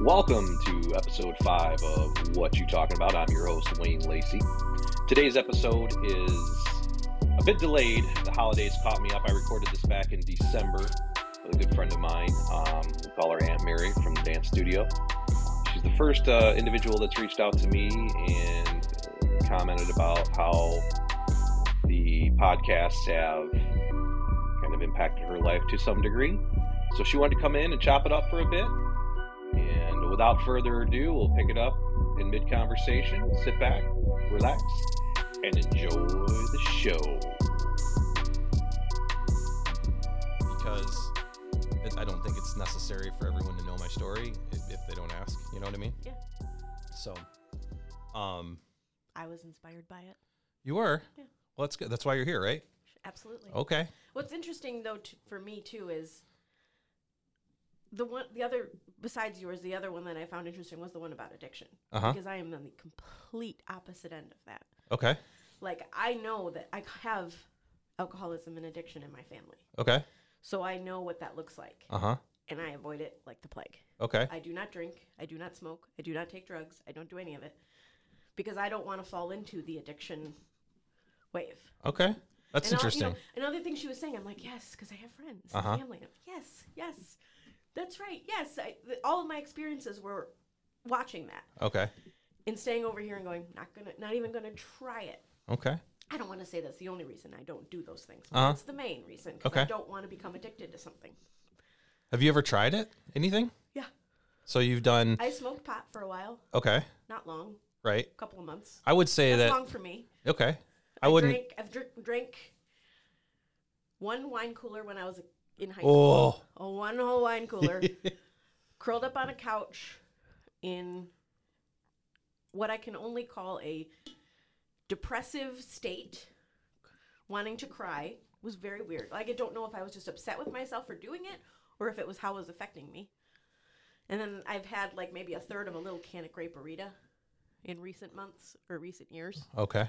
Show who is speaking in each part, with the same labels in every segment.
Speaker 1: Welcome to episode five of What You Talking About. I'm your host, Wayne Lacey. Today's episode is a bit delayed. The holidays caught me up. I recorded this back in December with a good friend of mine. Um, we call her Aunt Mary from the dance studio. She's the first uh, individual that's reached out to me and commented about how the podcasts have kind of impacted her life to some degree. So she wanted to come in and chop it up for a bit. And without further ado, we'll pick it up in mid conversation. Sit back, relax, and enjoy the show.
Speaker 2: because it, I don't think it's necessary for everyone to know my story if, if they don't ask. You know what I mean?
Speaker 3: Yeah.
Speaker 2: So, um,
Speaker 3: I was inspired by it.
Speaker 2: you were.
Speaker 3: Yeah.
Speaker 2: Well, that's good. That's why you're here, right?
Speaker 3: Absolutely.
Speaker 1: Oh.
Speaker 2: Okay.
Speaker 3: What's interesting though t- for me too is the one, the other besides yours, the other one that I found interesting was the one about addiction
Speaker 2: Uh
Speaker 1: Uh-huh.
Speaker 2: huh.
Speaker 3: because I am on the complete opposite end of that.
Speaker 2: Okay.
Speaker 3: Like I know that I have alcoholism and addiction in my family,
Speaker 2: Okay.
Speaker 3: so I know what that looks like,
Speaker 2: Uh huh.
Speaker 3: and I avoid it like the plague.
Speaker 2: Okay.
Speaker 3: I do not drink. I do not smoke. I do not take drugs. I don't do any of it because I don't want to fall into the addiction wave.
Speaker 2: Okay. That's
Speaker 3: and all-
Speaker 2: interesting.
Speaker 3: you know, another thing she was saying, I'm like, yes, because I have friends, and
Speaker 2: Uh-huh.
Speaker 3: family. And I'm like, yes, yes, that's right. Yes, I, th- all of my experiences were watching that
Speaker 2: okay.
Speaker 3: and staying over here and going, not gonna, not even gonna try it.
Speaker 2: Okay.
Speaker 3: I don't want to say that's the only reason I don't do those things.
Speaker 2: Uh-huh.
Speaker 3: but That's the main reason. 'cause I
Speaker 2: Okay.
Speaker 3: don't want to become addicted to something.
Speaker 2: Have you ever tried it? Anything?
Speaker 3: Yeah,
Speaker 2: So you've done.
Speaker 3: I smoked pot for a while,
Speaker 2: Okay.
Speaker 3: not long,
Speaker 2: Right.
Speaker 3: a couple of months.
Speaker 2: I would say
Speaker 3: That's
Speaker 2: that.
Speaker 3: long for me.
Speaker 2: Okay. I wouldn't.
Speaker 3: Drink, I've drink, drank one wine cooler when I was in high school.
Speaker 2: Oh.
Speaker 3: a one whole wine cooler, curled up on a couch in what I can only call a depressive state, wanting to cry was very weird. Like I don't know if I was just upset with myself for doing it or if it was how it was affecting me. And then I've had like maybe a third of a little can of grape arita in recent months or recent years.
Speaker 2: Okay.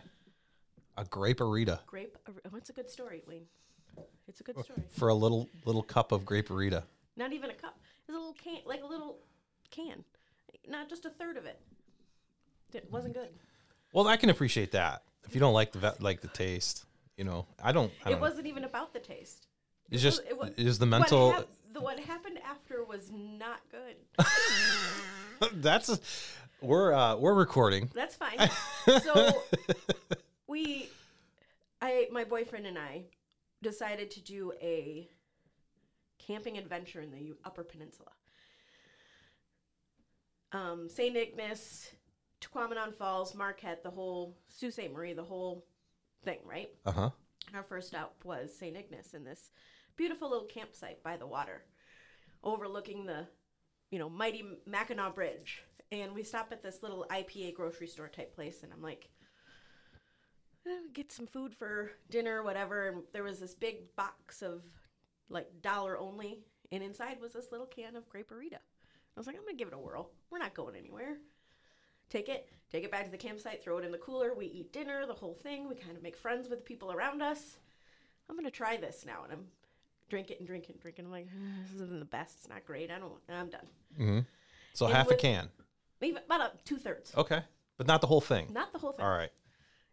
Speaker 2: A grape arita
Speaker 3: Grape, Ar- what's a good story, Wayne? It's a good story.
Speaker 2: for a little little cup of grape arita.
Speaker 3: Not even a cup. It's a little can, like a little can. Not just a third of it. It wasn't good.
Speaker 2: Well, I can appreciate that. If you don't like the ve- like the taste, you know, I don't. I
Speaker 3: It
Speaker 2: don't know.
Speaker 3: wasn't even about the taste.
Speaker 2: It's just
Speaker 3: it was-
Speaker 2: is the
Speaker 3: What
Speaker 2: mental.
Speaker 3: hap- the, what happened after was not good.
Speaker 2: That's a- we're uh, we're recording.
Speaker 3: That's fine. so we, I, my boyfriend and I, decided to do a camping adventure in the U- Upper Peninsula. Um, St. Ignace, Tequamanon Falls, Marquette, the whole Sault Ste. Marie, the whole thing, right?
Speaker 2: Uh huh.
Speaker 3: And our first stop was St. Ignace in this beautiful little campsite by the water, overlooking the, you know, mighty Mackinac Bridge. And we stop at this little IPA grocery store type place, and I'm like, eh, get some food for dinner, whatever. And there was this big box of like dollar only, and inside was this little can of grape arita. I was like, I'm gonna give it a whirl. We're not going anywhere take it, take it back to the campsite, throw it in the cooler. We eat dinner, the whole thing. We kind of make friends with the people around us. I'm gonna try this now, and I'm drink it and drink it and drink it. I'm like, this isn't the best. It's not great. I don't. want- I'm done.
Speaker 2: So
Speaker 3: And
Speaker 2: half a
Speaker 3: with-
Speaker 2: can.
Speaker 3: Even about two thirds,
Speaker 1: Oh.
Speaker 2: Okay, but not the whole thing.
Speaker 3: not the whole thing.
Speaker 2: All right.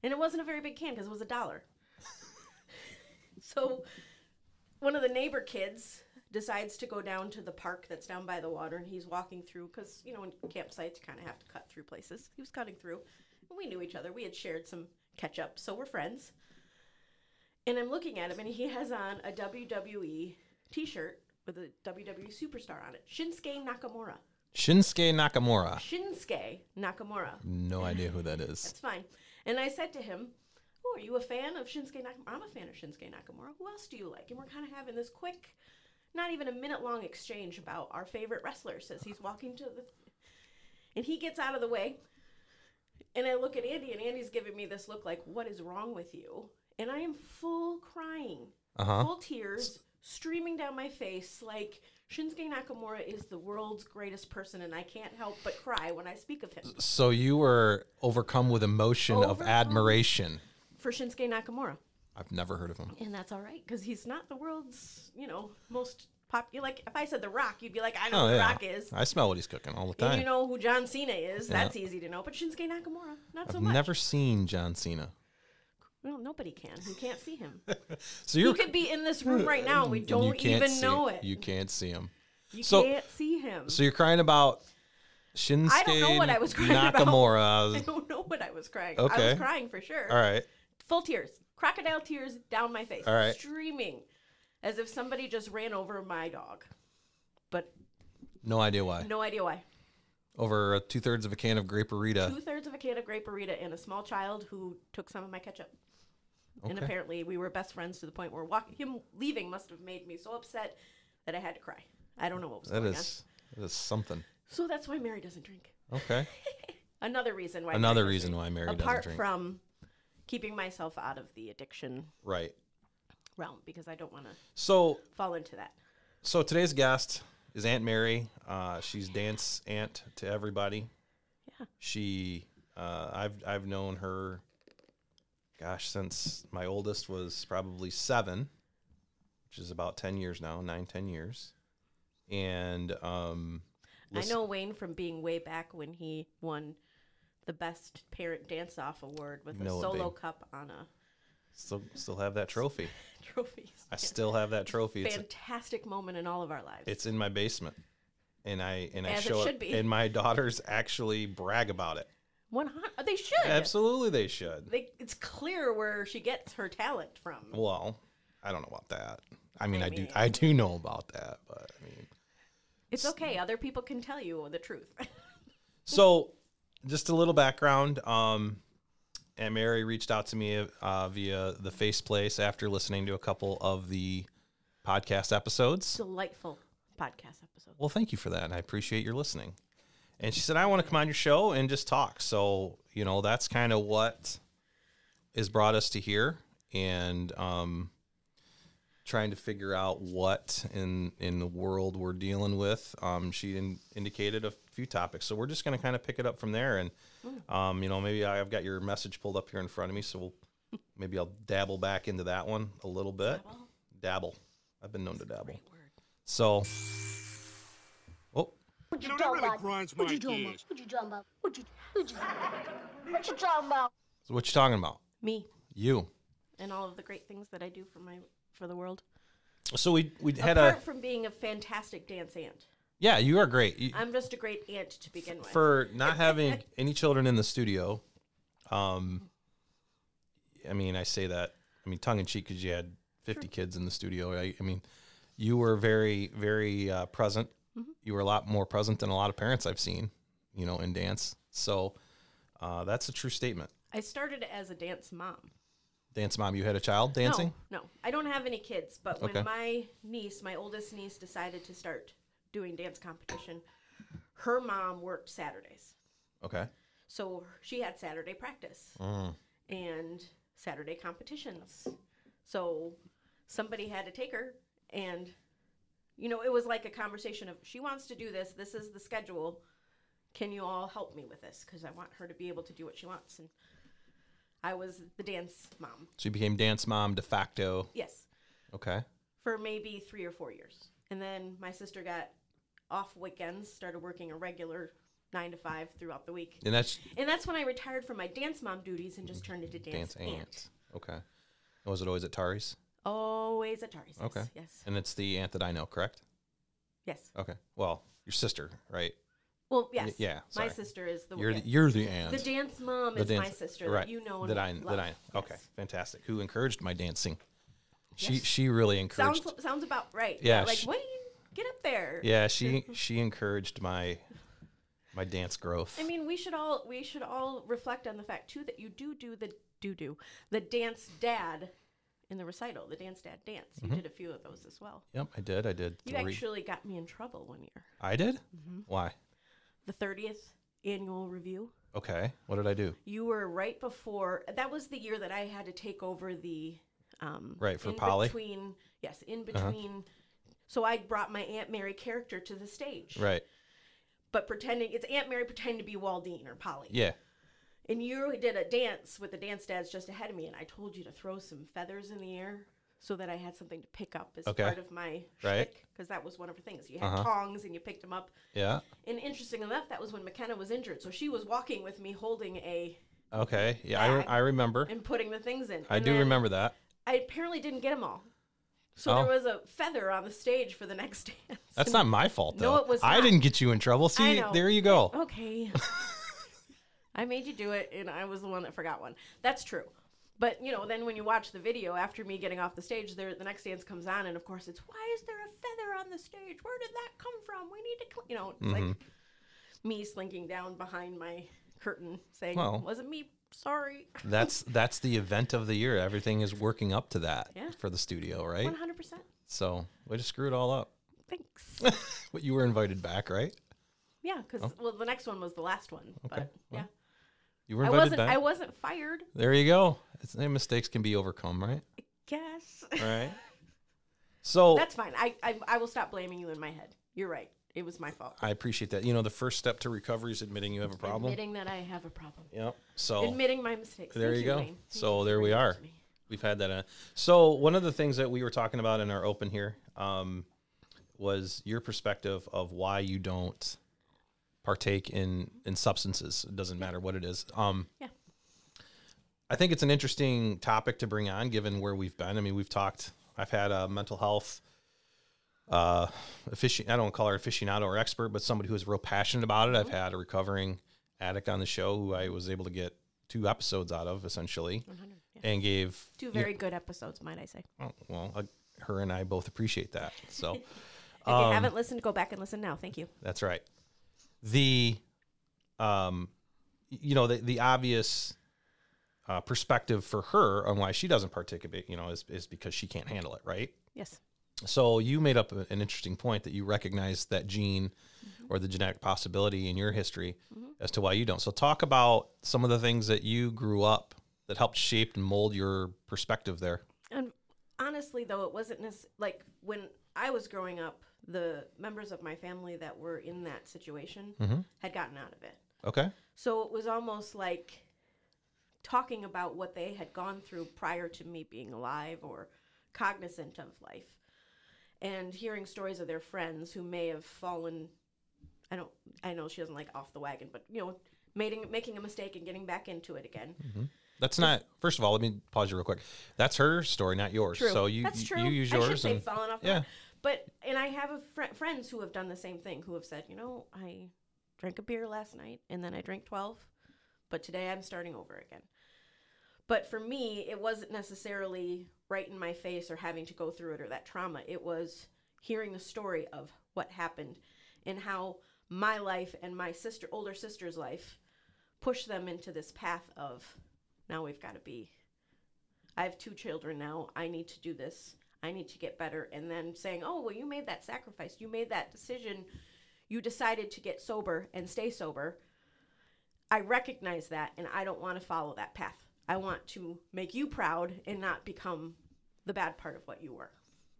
Speaker 3: And it wasn't a very big can because it was a dollar. so one of the neighbor kids decides to go down to the park that's down by the water and he's walking through because, you know, in campsites, you kind of have to cut through places. He was cutting through. And we knew each other. We had shared some catch up, so we're friends. And I'm looking at him and he has on a WWE t shirt with a WWE superstar on it Shinsuke Nakamura.
Speaker 2: Shinsuke Nakamura.
Speaker 3: Shinsuke Nakamura.
Speaker 2: No idea who that is.
Speaker 3: That's fine. And I said to him, Oh, are you a fan of Shinsuke Nakamura? I'm a fan of Shinsuke Nakamura. Who else do you like? And we're kind of having this quick, not even a minute long exchange about our favorite wrestlers as he's walking to the. And he gets out of the way. And I look at Andy, and Andy's giving me this look like, What is wrong with you? And I am full crying,
Speaker 2: Uh huh.
Speaker 3: full tears streaming down my face like. Shinsuke Nakamura is the world's greatest person, and I can't help but cry when I speak of him.
Speaker 2: So you were overcome with emotion of
Speaker 3: Overcome.
Speaker 2: admiration.
Speaker 3: For Shinsuke Nakamura.
Speaker 2: I've never heard of him.
Speaker 3: And that's all right because he's not the world's, you know, most pop. You like if I said The Rock, you'd be like, I know
Speaker 1: Oh,
Speaker 3: who The
Speaker 1: yeah.
Speaker 3: Rock is.
Speaker 1: I smell what he's cooking all the
Speaker 3: And
Speaker 1: time.
Speaker 3: you know who John Cena is.
Speaker 1: Yeah.
Speaker 3: That's easy to know. But Shinsuke Nakamura, not so
Speaker 1: I've
Speaker 3: much.
Speaker 1: never seen John Cena.
Speaker 3: Well, nobody can. You can't see him.
Speaker 1: So
Speaker 3: You
Speaker 1: you're
Speaker 3: could be in this room right now. and We
Speaker 1: and
Speaker 3: don't even
Speaker 1: see
Speaker 3: know
Speaker 1: him.
Speaker 3: it.
Speaker 1: You
Speaker 3: You,
Speaker 1: can't see him. so-
Speaker 3: can't see him.
Speaker 1: So you're crying about Shinsuke
Speaker 3: I don't know what I was crying about.
Speaker 1: Nakamura.
Speaker 3: I don't know what I was crying. I
Speaker 1: Okay.
Speaker 3: was crying for sure.
Speaker 1: All right.
Speaker 3: Full tears, crocodile tears down my face,
Speaker 1: All right.
Speaker 3: streaming, as if somebody just ran over my dog. But
Speaker 1: No idea why.
Speaker 3: no idea why.
Speaker 1: Over two thirds of a can of grape burrito.
Speaker 3: Two thirds of a can of grape burrito and a small child who took some of my ketchup. And
Speaker 1: Okay.
Speaker 3: apparently, we were best friends to the point where walk- him leaving must have made me so upset that I had to cry. I don't know what was
Speaker 1: That
Speaker 3: going
Speaker 1: is that is something.
Speaker 3: on. So that's why Mary doesn't drink.
Speaker 1: Okay.
Speaker 3: Another reason why. Mary
Speaker 1: Another
Speaker 3: doesn't
Speaker 1: reason
Speaker 3: drink.
Speaker 1: why Mary doesn't
Speaker 3: Apart
Speaker 1: drink.
Speaker 3: from keeping myself out of the addiction
Speaker 1: right.
Speaker 3: realm because I don't want to
Speaker 1: So
Speaker 3: fall into that.
Speaker 1: so today's guest is Aunt Mary. Uh, she's dance aunt to everybody.
Speaker 3: Yeah.
Speaker 1: She uh, I've I've known her gosh since my oldest was probably 7, which is about 10 years now, nine ten years. And um
Speaker 3: I know Wayne from being way back when he won the best parent dance off award with a
Speaker 1: No,
Speaker 3: solo
Speaker 1: babe.
Speaker 3: cup on a
Speaker 1: still still have that trophy.
Speaker 3: trophy.
Speaker 1: I still have that trophy. It's,
Speaker 3: Fantastic moment in all of our lives.
Speaker 1: it's in my basement, and I and I
Speaker 3: As it
Speaker 1: show
Speaker 3: should be.
Speaker 1: and my daughters actually brag about it.
Speaker 3: One hun- uh, They should.
Speaker 1: Absolutely, they should.
Speaker 3: They, it's clear where she gets her talent from.
Speaker 1: Well, I don't know about that. I mean, I,
Speaker 3: I
Speaker 1: do
Speaker 3: mean-
Speaker 1: I do know about that, but I mean,
Speaker 3: It's okay. Other people can tell you the truth.
Speaker 1: so just a little background. Um, Aunt Mary reached out to me uh, via the Face Place after listening to a couple of the podcast episodes.
Speaker 3: Delightful podcast episode.
Speaker 1: Well, thank you for that. And I appreciate your listening. And she said, I want to come on your show and just talk. So, you know, that's kind of what has brought us to here and um, trying to figure out what in, in the world we're dealing with. Um, she in, indicated a few topics. So we're just going to kind of pick it up from there. And, um, you know, maybe I- I've got your message pulled up here in front of me. So we'll, maybe I'll dabble back into that one a little bit.
Speaker 3: Dabble?
Speaker 1: Dabble. I've been known to dabble.
Speaker 3: Great word.
Speaker 1: So, oh,
Speaker 4: What
Speaker 5: You
Speaker 4: you
Speaker 5: know, that
Speaker 4: talking
Speaker 5: really
Speaker 4: about?
Speaker 5: grinds
Speaker 4: What
Speaker 5: my
Speaker 4: you talking about?
Speaker 5: gears.
Speaker 4: What you talking about? What you what you what you talking about?
Speaker 1: So what you talking about?
Speaker 3: Me
Speaker 1: You.
Speaker 3: and all of the great things that I do for my for the world.
Speaker 1: So we we had
Speaker 3: Apart
Speaker 1: a
Speaker 3: from being a fantastic dance aunt,
Speaker 1: yeah. You are great You-
Speaker 3: I'm just a great aunt to begin with.
Speaker 1: for not having any children in the studio. Um, I mean, I say that I mean tongue in cheek because you had fifty kids in the studio. I, I mean, you were very very uh, present.
Speaker 3: Mm-hmm.
Speaker 1: You were a lot more present than a lot of parents I've seen. You know, in dance. So uh, that's a true statement.
Speaker 3: I started as a dance mom.
Speaker 1: Dance mom, you had a child dancing.
Speaker 3: No, no. I don't have any kids, but when
Speaker 1: Okay.
Speaker 3: my niece, my oldest niece, decided to start doing dance competition, her mom worked Saturdays.
Speaker 1: Okay.
Speaker 3: So she had Saturday practice and Saturday competitions. So somebody had to take her and you know, it was like a conversation of she wants to do this, this is the schedule. Can you all help me with this cuz I want her to be able to do what she wants and I was the dance mom.
Speaker 1: So you became dance mom de facto.
Speaker 3: Yes.
Speaker 1: Okay.
Speaker 3: for maybe three or four years. And then my sister got off weekends, started working a regular nine to five throughout the week.
Speaker 1: And that's
Speaker 3: And that's when I retired from my dance mom duties and just turned into dance,
Speaker 1: Mm-hmm. Dance
Speaker 3: aunt.
Speaker 1: Ant. Okay. And was it always at Tari's?
Speaker 3: Always at Tari's.
Speaker 1: Okay.
Speaker 3: Yes.
Speaker 1: And it's the aunt that I know, correct?
Speaker 3: Yes.
Speaker 1: Okay. Well, your sister, right?
Speaker 3: Well, yes.
Speaker 1: yeah, sorry.
Speaker 3: My sister is the
Speaker 1: You're
Speaker 3: Oh, yeah.
Speaker 1: the, you're the aunt.
Speaker 3: The dance mom
Speaker 1: The
Speaker 3: is my
Speaker 1: dance-
Speaker 3: sister that you know and
Speaker 1: that I
Speaker 3: love.
Speaker 1: that I okay,
Speaker 3: Yes.
Speaker 1: fantastic. Who encouraged my dancing? She
Speaker 3: Yes.
Speaker 1: she really encouraged.
Speaker 3: Sounds sounds about right.
Speaker 1: Yeah,
Speaker 3: Like
Speaker 1: she-
Speaker 3: what do you get up there?
Speaker 1: yeah, she she encouraged my my dance growth.
Speaker 3: I mean, we should all we should all reflect on the fact too that you do do the do do the dance dad in the recital, the dance dad dance. You did a few of those as well.
Speaker 1: yep, I did. I did
Speaker 3: You
Speaker 1: Mm-hmm. three.
Speaker 3: actually Mm-hmm. got me in trouble one year.
Speaker 1: I did. Why?
Speaker 3: The thirtieth annual review.
Speaker 1: Okay. What did I do?
Speaker 3: You were right before. That was the year that I had to take over the. Um,
Speaker 1: Right, for
Speaker 3: in
Speaker 1: Polly?
Speaker 3: Between yes, in
Speaker 2: Uh-huh.
Speaker 3: between. So I brought my Aunt Mary character to the stage,
Speaker 1: Right.
Speaker 3: but pretending it's Aunt Mary pretending to be Waldine or Polly.
Speaker 1: Yeah.
Speaker 3: And you did a dance with the dance dads just ahead of me, and I told you to throw some feathers in the air so that I had something to pick up as
Speaker 2: Okay.
Speaker 3: part of my
Speaker 2: Right.
Speaker 3: because that was one of her things. You had
Speaker 2: Uh-huh.
Speaker 3: tongs and you picked them up.
Speaker 2: Yeah.
Speaker 3: And interestingly enough, that was when McKenna was injured, so she was walking with me holding a
Speaker 2: Okay. Yeah, I, re-
Speaker 3: Bag.
Speaker 2: I remember.
Speaker 3: and putting the things in.
Speaker 2: I
Speaker 3: And
Speaker 2: do
Speaker 3: then
Speaker 2: remember that.
Speaker 3: I apparently didn't get them all, so
Speaker 2: Oh.
Speaker 3: there was a feather on the stage for the next dance.
Speaker 2: That's not my fault though.
Speaker 3: No, it was
Speaker 2: I
Speaker 3: not.
Speaker 2: didn't get you in trouble. See,
Speaker 3: know.
Speaker 2: there you go.
Speaker 3: okay. I made you do it, and I was the one that forgot one. That's true. But you know, then when you watch the video after me getting off the stage, there the next dance comes on, and of course it's why is there a feather on the stage? Where did that come from? We need to, cl-, you know, it's like me slinking down behind my curtain saying,
Speaker 2: Mm-hmm. Well.
Speaker 3: "Wasn't me, sorry."
Speaker 2: That's that's the event of the year. Everything is working up to that
Speaker 3: Yeah.
Speaker 2: for the studio, right?
Speaker 3: One hundred percent.
Speaker 2: So we just screwed it all up.
Speaker 3: Thanks.
Speaker 2: But you were invited back, right?
Speaker 3: yeah, because
Speaker 2: Oh.
Speaker 3: well, the next one was the last one, but yeah,
Speaker 2: You were
Speaker 3: I
Speaker 2: invited
Speaker 3: wasn't.
Speaker 2: back.
Speaker 3: I wasn't fired.
Speaker 2: there you go. It's, eh, mistakes can be overcome, right?
Speaker 3: Guess.
Speaker 2: All right. So
Speaker 3: That's fine. I, I I will stop blaming you in my head. You're right. It was my fault.
Speaker 2: I appreciate that. You know, the first step to recovery is admitting you have a problem.
Speaker 3: Admitting that I have a problem.
Speaker 2: Yep. So
Speaker 3: Admitting my mistakes.
Speaker 2: There
Speaker 3: Thank
Speaker 2: you go.
Speaker 3: Wayne. Thank
Speaker 2: So
Speaker 3: you
Speaker 2: there
Speaker 3: for
Speaker 2: we
Speaker 3: bringing it
Speaker 2: are.
Speaker 3: to me.
Speaker 2: We've had that. Uh, so one of the things that we were talking about in our open here um, was your perspective of why you don't partake in in substances. It doesn't matter what it is. Um,
Speaker 3: Yeah.
Speaker 2: I think it's an interesting topic to bring on, given where we've been. I mean, we've talked. I've had a mental health. Uh, afici- I don't call her aficionado or expert, but somebody who is real passionate about it. I've had a recovering addict on the show who I was able to get two episodes out of essentially,
Speaker 3: 100, yeah.
Speaker 2: and gave
Speaker 3: Two very good episodes, might I say.
Speaker 2: Oh, well, uh, her and I both appreciate that. So
Speaker 3: If you
Speaker 2: Um,
Speaker 3: haven't listened, go back and listen now. Thank you.
Speaker 2: that's right. The, um, y- you know, the, the obvious uh, perspective for her on why she doesn't participate, you know, is, is because she can't handle it, right?
Speaker 3: Yes.
Speaker 2: So you made up a- an interesting point that you recognize that gene or the genetic possibility in your history as to why you don't. So talk about some of the things that you grew up that helped shape and mold your perspective there.
Speaker 3: And honestly, though, it wasn't necess- like when I was growing up, the members of my family that were in that situation
Speaker 2: Mm-hmm.
Speaker 3: had gotten out of it.
Speaker 2: Okay.
Speaker 3: So it was almost like talking about what they had gone through prior to me being alive or cognizant of life and hearing stories of their friends who may have fallen I don't I know she doesn't like off the wagon but you know making making a mistake and getting back into it again.
Speaker 2: That's not. First of all, let me pause you real quick. That's her story, not yours.
Speaker 3: True.
Speaker 2: So you
Speaker 3: That's
Speaker 2: you-
Speaker 3: true.
Speaker 2: you use
Speaker 3: I should
Speaker 2: yours
Speaker 3: say
Speaker 2: and
Speaker 3: fallen off the
Speaker 2: yeah.
Speaker 3: wagon. But and I have a fr- friends who have done the same thing who have said, you know, I drank a beer last night and then I drank 12, but today I'm starting over again. But for me, it wasn't necessarily right in my face or having to go through it or that trauma. It was hearing the story of what happened and how my life and my sister older sister's life pushed them into this path of now we've got to be I have two children now. I need to do this. I need to get better. And then saying, oh, well, you made that sacrifice. You made that decision. You decided to get sober and stay sober. I recognize that and I don't want to follow that path. I want to make you proud and not become the bad part of what you were.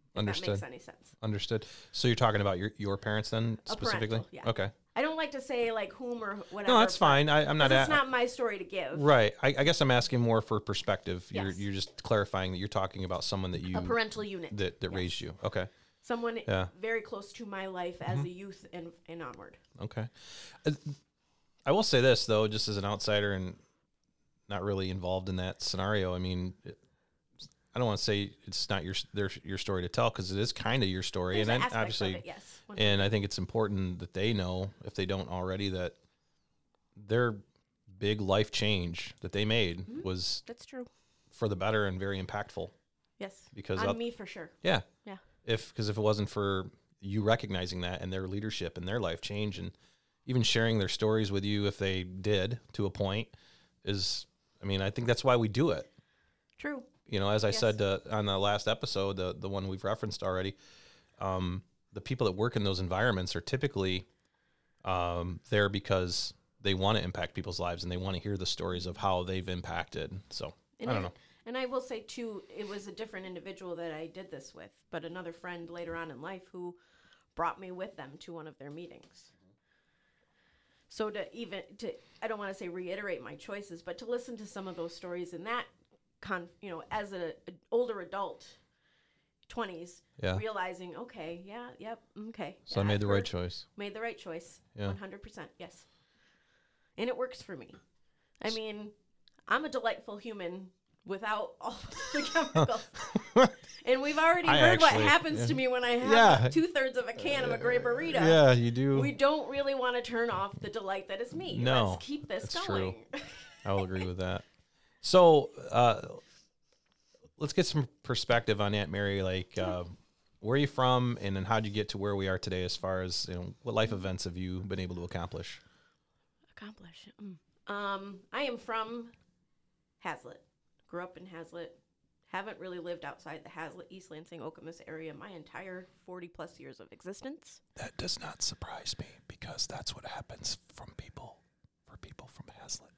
Speaker 3: If That
Speaker 2: Understood.
Speaker 3: makes any sense.
Speaker 2: Understood. So you're talking about your your parents then
Speaker 3: A
Speaker 2: specifically?
Speaker 3: parental, yeah.
Speaker 2: Okay.
Speaker 3: I don't like to say like whom or whatever.
Speaker 2: No, that's fine. I, I'm not.
Speaker 3: It's
Speaker 2: At,
Speaker 3: not my story to give.
Speaker 2: right. I, I guess I'm asking more for perspective. You're
Speaker 3: Yes.
Speaker 2: you're just clarifying that you're talking about someone that you
Speaker 3: A parental unit.
Speaker 2: that that raised you. Okay.
Speaker 3: Someone
Speaker 2: Yeah. Mm-hmm.
Speaker 3: very close to my life as a youth and, and onward.
Speaker 2: Okay. Uh, I will say this though, just as an outsider and not really involved in that scenario. I mean, it- I don't want to say it's not your their, your story to tell because it is kind of your story,
Speaker 3: There's
Speaker 2: and I,
Speaker 3: aspects of
Speaker 2: obviously,
Speaker 3: it, yes.
Speaker 2: and I think it's important that they know if they don't already that their big life change that they made
Speaker 3: Mm-hmm.
Speaker 2: was
Speaker 3: That's true.
Speaker 2: for the better and very impactful
Speaker 3: Yes.
Speaker 2: because
Speaker 3: on
Speaker 2: up-
Speaker 3: me for sure.
Speaker 2: yeah
Speaker 3: Yeah.
Speaker 2: if because if it wasn't for you recognizing that and their leadership and their life change and even sharing their stories with you if they did to a point is i mean i think that's why we do it
Speaker 3: True.
Speaker 2: you know as i said uh, on the last episode the, the one we've referenced already um, the people that work in those environments are typically um, there because they want to impact people's lives and they want to hear the stories of how they've impacted so
Speaker 3: And
Speaker 2: i don't know
Speaker 3: And I will say too, it was a different individual that I did this with, but another friend later on in life who brought me with them to one of their meetings. So to even to, I don't want to say reiterate my choices, but to listen to some of those stories in that, con, you know, as a, an older adult, 20s
Speaker 2: Yeah.
Speaker 3: realizing, okay, yeah, yep, okay.
Speaker 2: So I
Speaker 3: yeah,
Speaker 2: made the right
Speaker 3: I've heard-
Speaker 2: choice.
Speaker 3: Made the right choice.
Speaker 2: Yeah.
Speaker 3: 100%. Yes. And it works for me. I mean, I'm a delightful human without all the chemicals. and we've already
Speaker 2: I
Speaker 3: heard what
Speaker 2: actually-
Speaker 3: happens
Speaker 2: yeah.
Speaker 3: to me when I have
Speaker 2: Yeah.
Speaker 3: two thirds of a can of a gray burrito.
Speaker 2: Yeah, you do.
Speaker 3: We don't really want to turn off the delight that is me.
Speaker 2: No,
Speaker 3: Let's keep this
Speaker 2: that's
Speaker 3: going.
Speaker 2: I will agree with that. So uh, let's get some perspective on Aunt Mary. Like, uh, where are you from, and then how would you get to where we are today? As far as you know, what life events have you been able to accomplish?
Speaker 3: accomplish. Mm. Um, I am from Hazlet. Grew up in Hazlet. Haven't really lived outside the Hazlet, East Lansing, Okemos area my entire 40 plus years of existence.
Speaker 2: That does not surprise me because that's what happens from people for people from Hazlet.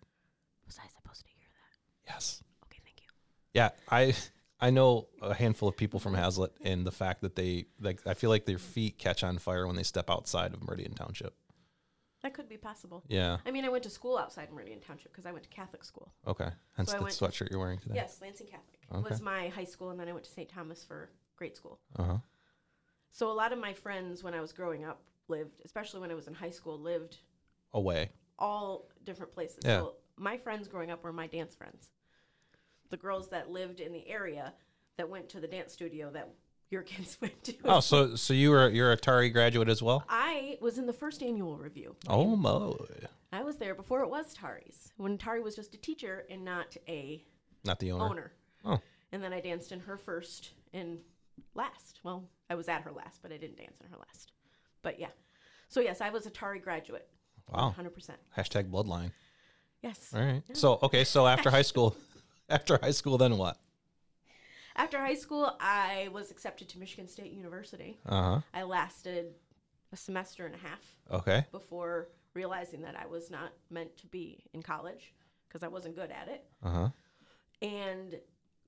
Speaker 3: Was I supposed to hear that?
Speaker 2: Yes.
Speaker 3: Okay, thank you.
Speaker 2: Yeah, I I know a handful of people from Hazlet, and the fact that they like, I feel like their feet catch on fire when they step outside of Meridian Township.
Speaker 3: That could be possible.
Speaker 2: Yeah.
Speaker 3: I mean, I went to school outside Meridian Township because I went to Catholic school.
Speaker 2: Okay. Hence
Speaker 3: So I
Speaker 2: the
Speaker 3: went-
Speaker 2: sweatshirt you're wearing today.
Speaker 3: Yes, Lansing Catholic was my high school, and then I went to St. Thomas for grade school.
Speaker 2: Uh huh.
Speaker 3: So a lot of my friends when I was growing up lived, especially when I was in high school, lived
Speaker 2: Away.
Speaker 3: all different places.
Speaker 2: Yeah.
Speaker 3: So my friends growing up were my dance friends. The girls that lived in the area that went to the dance studio that your kids went to.
Speaker 2: Oh, so so you were you're a Atari graduate as well?
Speaker 3: I was in the first annual review.
Speaker 2: Oh my!
Speaker 3: I was there before it was Tari's, when Tari was just a teacher and not a
Speaker 2: Not the owner.
Speaker 3: owner.
Speaker 2: Oh,
Speaker 3: And then I danced in her first and last. Well, I was at her last, but I didn't dance in her last. But yeah. So yes, I was a Tari graduate.
Speaker 2: Wow.
Speaker 3: 100%.
Speaker 2: hashtag bloodline.
Speaker 3: Yes.
Speaker 2: All right. So okay, so after high school, after high school, then what?
Speaker 3: After high school, I was accepted to Michigan State University.
Speaker 2: Uh
Speaker 3: I lasted a semester and a half
Speaker 2: huh. Okay.
Speaker 3: before realizing that I was not meant to be in college because I wasn't good at it.
Speaker 2: Uh huh.
Speaker 3: And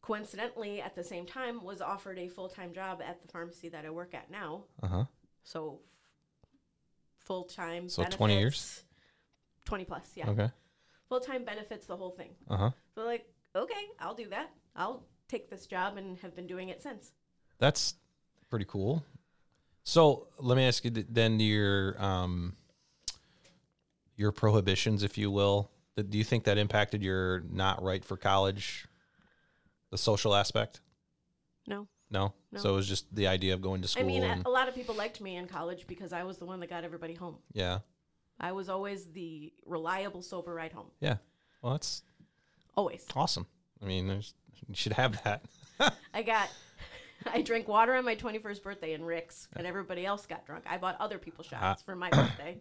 Speaker 3: coincidentally, at the same time, was offered a full time job at the pharmacy that I work at now.
Speaker 2: Uh huh.
Speaker 3: So full time.
Speaker 2: So 20 years?
Speaker 3: 20 plus, yeah.
Speaker 2: Okay.
Speaker 3: Full time benefits, the whole thing.
Speaker 2: Uh huh.
Speaker 3: So, like, okay, I'll do that. I'll take this job and have been doing it since.
Speaker 2: That's pretty cool. So let me ask you th- then your um your prohibitions, if you will. th- Do you think that impacted your not right for college, the social aspect?
Speaker 3: No.
Speaker 2: No.
Speaker 3: No.
Speaker 2: So it was just the idea of going to school.
Speaker 3: I mean, a
Speaker 2: and,
Speaker 3: a lot of people liked me in college because I was the one that got everybody home.
Speaker 2: yeah.
Speaker 3: I was always the reliable, sober ride home.
Speaker 2: Yeah. Well, that's
Speaker 3: Always.
Speaker 2: awesome. I mean, there's, you should have that.
Speaker 3: I got, I drank water on my 21st birthday in Rick's, and everybody else got drunk. I bought other people
Speaker 2: Uh,
Speaker 3: shots for my birthday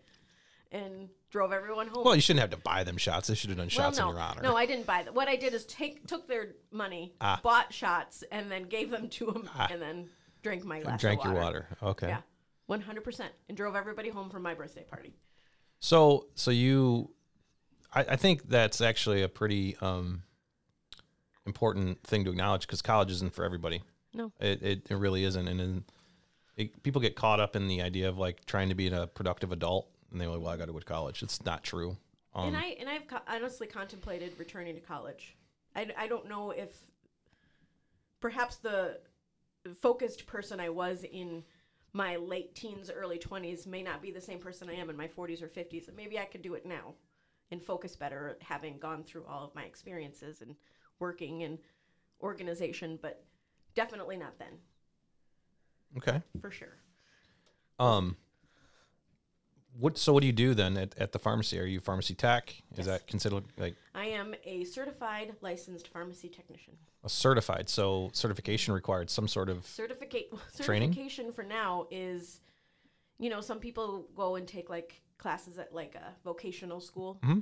Speaker 3: and drove everyone home.
Speaker 2: Well, you shouldn't have to buy them shots. They should have done
Speaker 3: Well,
Speaker 2: shots
Speaker 3: no,
Speaker 2: in your honor.
Speaker 3: no, I didn't buy them. What I did is take took their money,
Speaker 2: Ah.
Speaker 3: bought shots, and then gave them to them, and then drank my glass. of
Speaker 2: Drank your water. Okay.
Speaker 3: Yeah, 100, percent and drove everybody home from my birthday party.
Speaker 2: So, so you, I, I think that's actually a pretty um, important thing to acknowledge because college isn't for everybody.
Speaker 3: No.
Speaker 2: It, it, it really isn't. And then it, people get caught up in the idea of like trying to be a productive adult and they're like, well, I got to go to college. It's not true. Um,
Speaker 3: and I and I've co- honestly contemplated returning to college. I, I don't know if perhaps the focused person I was in my late teens, early twenties may not be the same person I am in my forties or fifties. Maybe I could do it now and focus better, having gone through all of my experiences and working and organization, but definitely not then,
Speaker 2: okay.
Speaker 3: for sure.
Speaker 2: Um, what so what do you do then at, at the pharmacy? Are you pharmacy tech? Is that considered like
Speaker 3: I am a certified licensed pharmacy technician.
Speaker 2: a certified? So certification required some sort of
Speaker 3: certificate
Speaker 2: Training?
Speaker 3: certification for now is you know some people go and take like classes at like a vocational school
Speaker 2: Mm-hmm.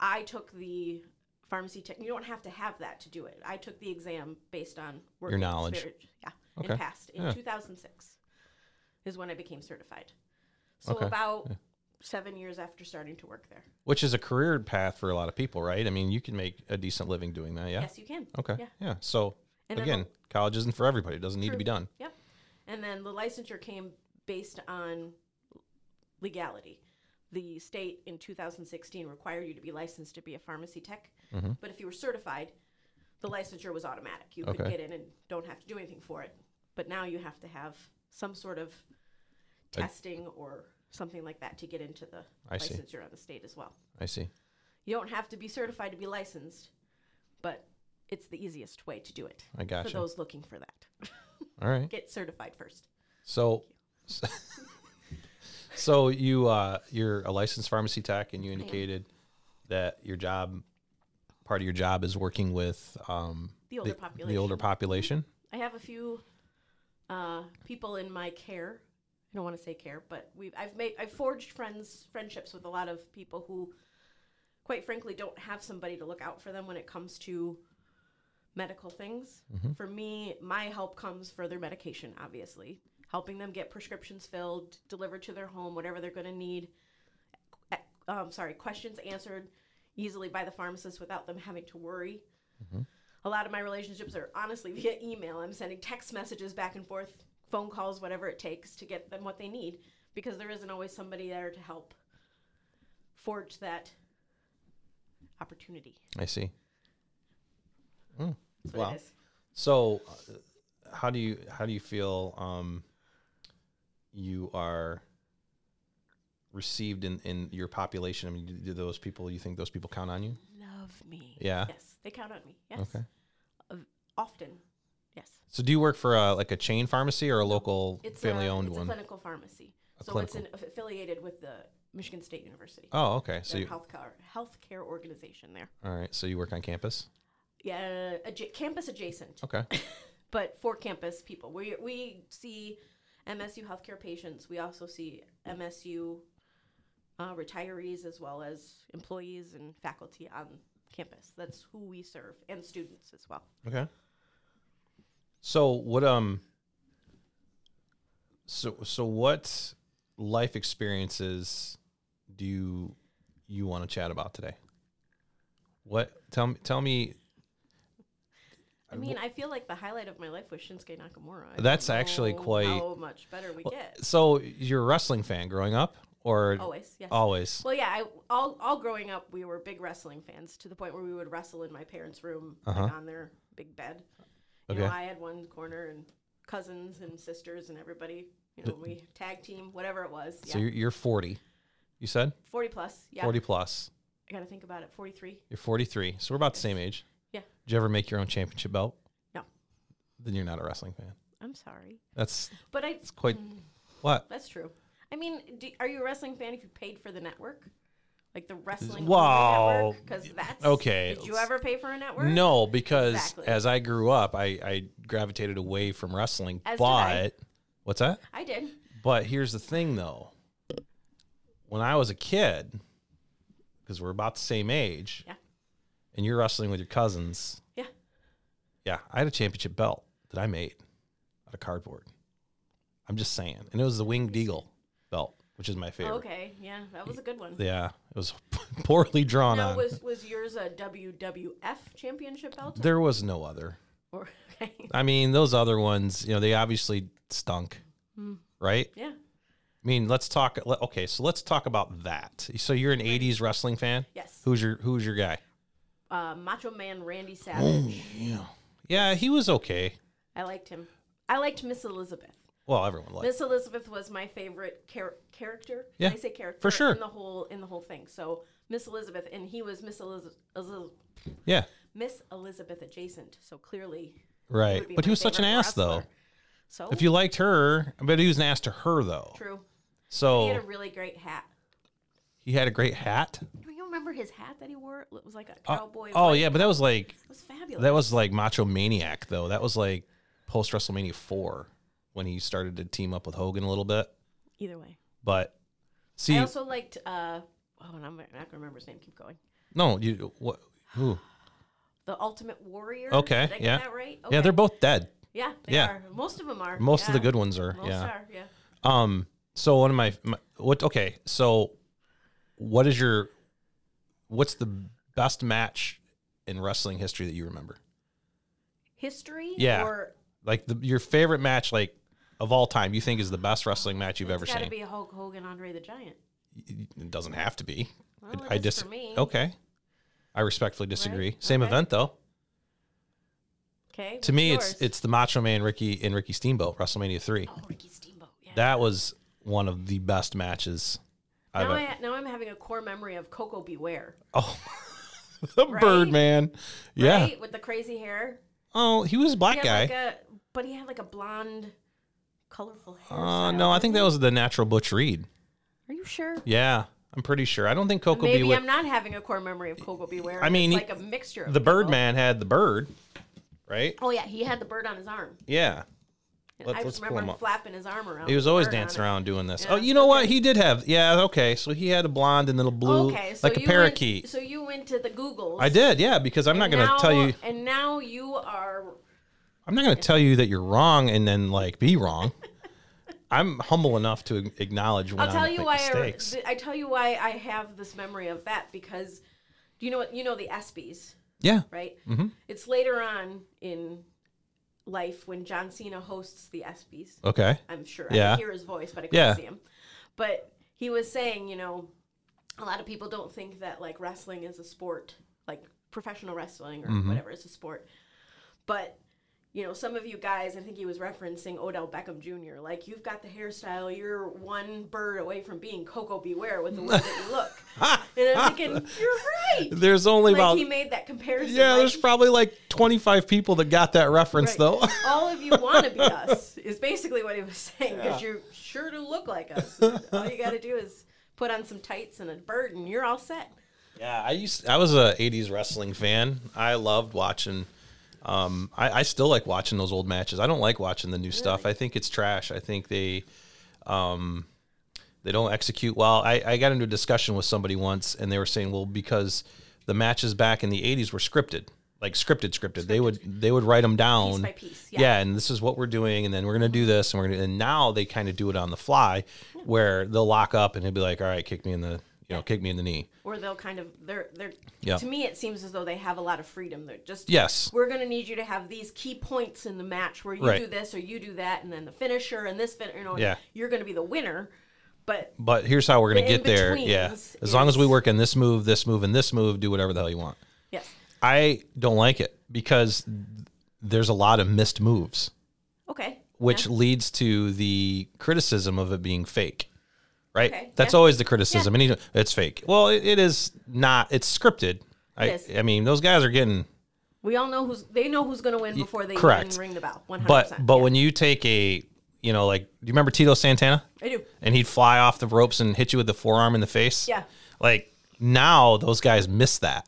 Speaker 3: i took the pharmacy tech you don't have to have that to do it i took the exam based on work
Speaker 2: Your knowledge.
Speaker 3: experience. yeah
Speaker 2: Okay.
Speaker 3: and passed in
Speaker 2: Yeah.
Speaker 3: 2006 is when i became certified so
Speaker 2: Okay.
Speaker 3: about seven years after starting to work there
Speaker 2: which is a career path for a lot of people, right? I mean, you can make a decent living doing that. Yeah.
Speaker 3: yes you can
Speaker 2: Okay. Yeah.
Speaker 3: yeah
Speaker 2: So
Speaker 3: And then
Speaker 2: again, college isn't for everybody. It doesn't need to be done.
Speaker 3: Yep. And then the licensure came based on legality. The state in 2016 required you to be licensed to be a pharmacy tech,
Speaker 2: Mm-hmm.
Speaker 3: but if you were certified, the licensure was automatic. You could
Speaker 2: Okay.
Speaker 3: get in and don't have to do anything for it. But now you have to have some sort of testing or something like that to get into the
Speaker 2: I see.
Speaker 3: licensure on the state as well.
Speaker 2: I see.
Speaker 3: You don't have to be certified to be licensed, but it's the easiest way to do it
Speaker 2: I
Speaker 3: for
Speaker 2: gotcha.
Speaker 3: those looking for that.
Speaker 2: All right.
Speaker 3: get certified first.
Speaker 2: So, so you uh, you're a licensed pharmacy tech, and you indicated that your job, part of your job, is working with um,
Speaker 3: The older
Speaker 2: The
Speaker 3: population.
Speaker 2: older population.
Speaker 3: I have a few uh, people in my care. I don't want to say care, but we've I've made I've forged friends friendships with a lot of people who, quite frankly, don't have somebody to look out for them when it comes to medical things. For me, my help comes for their medication, obviously, helping them get prescriptions filled, delivered to their home, whatever they're going to need. eh, Um, sorry, questions answered easily by the pharmacist without them having to worry a lot of my relationships are honestly via email. I'm sending text messages back and forth, phone calls, whatever it takes to get them what they need because there isn't always somebody there to help forge that opportunity.
Speaker 2: I see.
Speaker 3: That's what
Speaker 2: Wow.
Speaker 3: it is.
Speaker 2: So, uh, how do you how do you feel um, you are received in in your population? I mean, do- do those people you think those people count on you?
Speaker 3: Love me.
Speaker 2: Yeah.
Speaker 3: Yes, they count on me. Yes.
Speaker 2: Okay.
Speaker 3: Often. Yes.
Speaker 2: So, do you work for a, like a chain pharmacy or a local
Speaker 3: It's a-
Speaker 2: family owned
Speaker 3: it's
Speaker 2: one?
Speaker 3: a clinical pharmacy.
Speaker 2: A
Speaker 3: so it's an, affiliated with the Michigan State University.
Speaker 2: Oh, okay. So
Speaker 3: their
Speaker 2: you,
Speaker 3: healthcare healthcare organization there.
Speaker 2: all right. So you work on campus.
Speaker 3: Yeah, adja- campus adjacent.
Speaker 2: Okay.
Speaker 3: but for campus people. We we see MSU healthcare patients. We also see MSU uh, retirees as well as employees and faculty on campus. That's who we serve and students as well.
Speaker 2: okay. So what um. So so what life experiences do you you want to chat about today? What tell me tell me
Speaker 3: I mean, I feel like the highlight of my life was Shinsuke Nakamura. I don't
Speaker 2: That's actually
Speaker 3: know
Speaker 2: quite-
Speaker 3: how much better we get.
Speaker 2: so you're a wrestling fan growing up or
Speaker 3: Always, Oh, yes.
Speaker 2: always
Speaker 3: Well, yeah, I, all all growing up, we were big wrestling fans to the point where we would wrestle in my parents' room, like on their big bed. You know,
Speaker 2: Uh-huh. Okay.
Speaker 3: I had one corner and cousins and sisters and everybody. You know, we tag team, whatever it was. Yeah,
Speaker 2: so you're, you're 40 you said
Speaker 3: forty plus. Yeah,
Speaker 2: 40 plus
Speaker 3: I gotta think about it. Forty three.
Speaker 2: you're 43 so we're about the same age
Speaker 3: Yeah.
Speaker 2: did you ever make your own championship belt
Speaker 3: No,
Speaker 2: then you're not a wrestling fan
Speaker 3: I'm sorry,
Speaker 2: that's
Speaker 3: but I.
Speaker 2: it's quite what
Speaker 3: That's true. I mean, do, are you a wrestling fan if you paid for the network? Like the wrestling
Speaker 2: Wow.
Speaker 3: because that's
Speaker 2: Okay,
Speaker 3: Did you
Speaker 2: let's-
Speaker 3: ever pay for a network?
Speaker 2: No, because
Speaker 3: Exactly.
Speaker 2: as I grew up, I, I gravitated away from wrestling.
Speaker 3: As did I.
Speaker 2: but what's that?
Speaker 3: I did.
Speaker 2: But here's the thing, though. When I was a kid, because we're about the same age,
Speaker 3: Yeah.
Speaker 2: and you're wrestling with your cousins,
Speaker 3: Yeah,
Speaker 2: yeah, I had a championship belt that I made out of cardboard. I'm just saying, and it was the Winged Eagle belt, which is my favorite.
Speaker 3: Oh, okay, yeah, that was a good one.
Speaker 2: Yeah, it was poorly drawn
Speaker 3: Now,
Speaker 2: on.
Speaker 3: was was yours a WWF championship belt?
Speaker 2: there was no other.
Speaker 3: Or, okay.
Speaker 2: I mean, those other ones, you know, they obviously stunk,
Speaker 3: Hmm.
Speaker 2: right?
Speaker 3: Yeah.
Speaker 2: I mean, let's talk. le- Okay, so let's talk about that. So you're an '80s wrestling fan.
Speaker 3: Yes.
Speaker 2: Who's your Who's your guy?
Speaker 3: Uh, Macho Man Randy Savage.
Speaker 2: Yeah. Yeah, he was okay.
Speaker 3: I liked him. I liked Miss Elizabeth.
Speaker 2: Well, everyone liked.
Speaker 3: Miss Elizabeth was my favorite char- character.
Speaker 2: Yeah,
Speaker 3: Can I say character
Speaker 2: for sure.
Speaker 3: in the whole in the whole thing. So Miss Elizabeth, and he was Miss Elizabeth.
Speaker 2: Yeah.
Speaker 3: Miss Elizabeth adjacent, so clearly. he
Speaker 2: Right.
Speaker 3: would be
Speaker 2: But he
Speaker 3: my
Speaker 2: was such an
Speaker 3: favorite
Speaker 2: ass, though.
Speaker 3: wrestler. So
Speaker 2: If you liked her, but he was an ass to her though.
Speaker 3: true, he had a
Speaker 2: So
Speaker 3: really great hat.
Speaker 2: he had a great hat.
Speaker 3: Do you remember his hat that he wore? It was like a
Speaker 2: Uh,
Speaker 3: cowboy.
Speaker 2: oh
Speaker 3: white-
Speaker 2: yeah, but that was like
Speaker 3: it was fabulous.
Speaker 2: that was like Macho Maniac though. That was like post WrestleMania four when he started to team up with Hogan a little bit.
Speaker 3: Either way,
Speaker 2: But see,
Speaker 3: I also liked. Uh, oh, and I'm not gonna remember his name. Keep going.
Speaker 2: no, you what? Who?
Speaker 3: The Ultimate Warrior.
Speaker 2: Okay,
Speaker 3: Did I
Speaker 2: yeah.
Speaker 3: get that right?
Speaker 2: Yeah,
Speaker 3: Okay.
Speaker 2: they're both dead.
Speaker 3: Yeah, they
Speaker 2: yeah.
Speaker 3: are. Most of them are.
Speaker 2: Most of the
Speaker 3: yeah.
Speaker 2: good ones are.
Speaker 3: Most
Speaker 2: yeah.
Speaker 3: are. Yeah.
Speaker 2: Um. So one of my, my what? Okay. So, what is your, what's the best match in wrestling history that you remember?
Speaker 3: History.
Speaker 2: Yeah.
Speaker 3: Or
Speaker 2: Like the, your favorite match, like of all time, you think is the best wrestling match you've ever
Speaker 3: it's got to
Speaker 2: seen?
Speaker 3: be Hulk Hogan, Andre the Giant.
Speaker 2: It doesn't have to be.
Speaker 3: Well, it
Speaker 2: I
Speaker 3: is
Speaker 2: dis-
Speaker 3: for me.
Speaker 2: Okay. I respectfully disagree.
Speaker 3: Right?
Speaker 2: Same
Speaker 3: Okay.
Speaker 2: event though.
Speaker 3: Okay.
Speaker 2: To me, it's it's the Macho Man Ricky and Ricky Steamboat WrestleMania three.
Speaker 3: oh Ricky Steamboat. Yeah.
Speaker 2: That was one of the best matches. I've
Speaker 3: now
Speaker 2: ever.
Speaker 3: I now I'm having a core memory of Coco Beware.
Speaker 2: oh, the
Speaker 3: Right?
Speaker 2: Birdman. Yeah.
Speaker 3: Right? With the crazy hair.
Speaker 2: Oh, he was a black
Speaker 3: He
Speaker 2: guy.
Speaker 3: had Like a, but he had like a blonde, colorful hair.
Speaker 2: uh, no, I think that was the natural Butch Reed.
Speaker 3: Are you sure?
Speaker 2: Yeah, I'm pretty sure. I don't think Coco
Speaker 3: Maybe
Speaker 2: B would.
Speaker 3: I'm not having a core memory of Coco Beware.
Speaker 2: I mean,
Speaker 3: it's
Speaker 2: he-
Speaker 3: like a mixture. Of
Speaker 2: the
Speaker 3: people.
Speaker 2: Birdman had the bird, right?
Speaker 3: Oh yeah, he had the bird on his arm.
Speaker 2: Yeah.
Speaker 3: And
Speaker 2: Let's-
Speaker 3: I
Speaker 2: let's
Speaker 3: just
Speaker 2: pull
Speaker 3: remember
Speaker 2: him
Speaker 3: him
Speaker 2: up.
Speaker 3: flapping his arm around.
Speaker 2: He was
Speaker 3: with the
Speaker 2: always
Speaker 3: bird on
Speaker 2: dancing
Speaker 3: it.
Speaker 2: around doing this.
Speaker 3: Yeah,
Speaker 2: Oh, you know what? He did have. Yeah, okay. So he had a blonde and little blue,
Speaker 3: Okay, so
Speaker 2: like a
Speaker 3: you
Speaker 2: parakeet.
Speaker 3: Went, so you went to the Googles.
Speaker 2: I did, yeah, because I'm not going to
Speaker 3: Now-
Speaker 2: tell you.
Speaker 3: And now you are.
Speaker 2: I'm not going to tell you that you're wrong and then like be wrong. I'm humble enough to acknowledge when
Speaker 3: I'll tell
Speaker 2: I
Speaker 3: you
Speaker 2: make
Speaker 3: why. I,
Speaker 2: mistakes.
Speaker 3: I tell you why I have this memory of that because, do you know what? You know the ESPYS,
Speaker 2: yeah,
Speaker 3: right?
Speaker 2: Mm-hmm.
Speaker 3: It's later on in life when John Cena hosts the ESPYS.
Speaker 2: okay.
Speaker 3: I'm sure. I
Speaker 2: Yeah.
Speaker 3: could hear his voice, but I couldn't
Speaker 2: Yeah.
Speaker 3: see him. But he was saying, you know, a lot of people don't think that like wrestling is a sport, like professional wrestling or
Speaker 2: Mm-hmm.
Speaker 3: whatever is a sport. But you know, some of you guys, I think he was referencing Odell Beckham Jr. Like you've got the hairstyle, you're one bird away from being Coco Beware with the way that you look. and I'm thinking, you're right.
Speaker 2: There's only
Speaker 3: Like
Speaker 2: about
Speaker 3: he made that comparison.
Speaker 2: yeah.
Speaker 3: like,
Speaker 2: There's probably like 25 people that got that reference
Speaker 3: Right.
Speaker 2: though.
Speaker 3: All of you want to be us is basically what he was saying because you sure do look like us. all you got to do is put on some tights and a bird, and you're all set.
Speaker 2: Yeah, I used I was a '80s wrestling fan. I loved watching. Um, I, I still like watching those old matches. I don't like watching the new stuff. I think it's trash. I think they, um, they don't execute well. I, I got into a discussion with somebody once, and they were saying, well, because the matches back in the '80s were scripted, like scripted, scripted. They would they would write them down
Speaker 3: by piece,
Speaker 2: Yeah.
Speaker 3: yeah.
Speaker 2: and this is what we're doing, and then we're gonna do this, and we're gonna. And now they kind of do it on the fly, where they'll lock up and he'll be like, all right, kick me in the you know, kick me in the knee.
Speaker 3: Or they'll kind of they're they're.
Speaker 2: Yeah.
Speaker 3: To me, it seems as though they have a lot of freedom. They're just
Speaker 2: Yes.
Speaker 3: We're gonna need you to have these key points in the match where you
Speaker 2: Right.
Speaker 3: do this or you do that, and then the finisher and this fin. You know,
Speaker 2: Yeah.
Speaker 3: you're gonna be the winner. But
Speaker 2: but here's how we're gonna
Speaker 3: The
Speaker 2: get there. Yeah, as
Speaker 3: in-betweens
Speaker 2: long as we
Speaker 3: is-
Speaker 2: work in this move, this move, and this move, do whatever the hell you want.
Speaker 3: yes.
Speaker 2: I don't like it because there's a lot of missed moves,
Speaker 3: Okay.
Speaker 2: which leads to the criticism of it being fake. Right?
Speaker 3: Okay,
Speaker 2: That's
Speaker 3: yeah.
Speaker 2: always the criticism. And you- it's fake. Well, it, it is not. It's scripted. I,
Speaker 3: It is.
Speaker 2: I mean, those guys are getting.
Speaker 3: We all know who's they know who's gonna win before they
Speaker 2: correct.
Speaker 3: even ring the bell. One hundred
Speaker 2: But
Speaker 3: percent.
Speaker 2: but when you take a, you know, like, do you remember Tito Santana?
Speaker 3: I do.
Speaker 2: and he'd fly off the ropes and hit you with the forearm in the face.
Speaker 3: Yeah.
Speaker 2: Like now those guys miss that.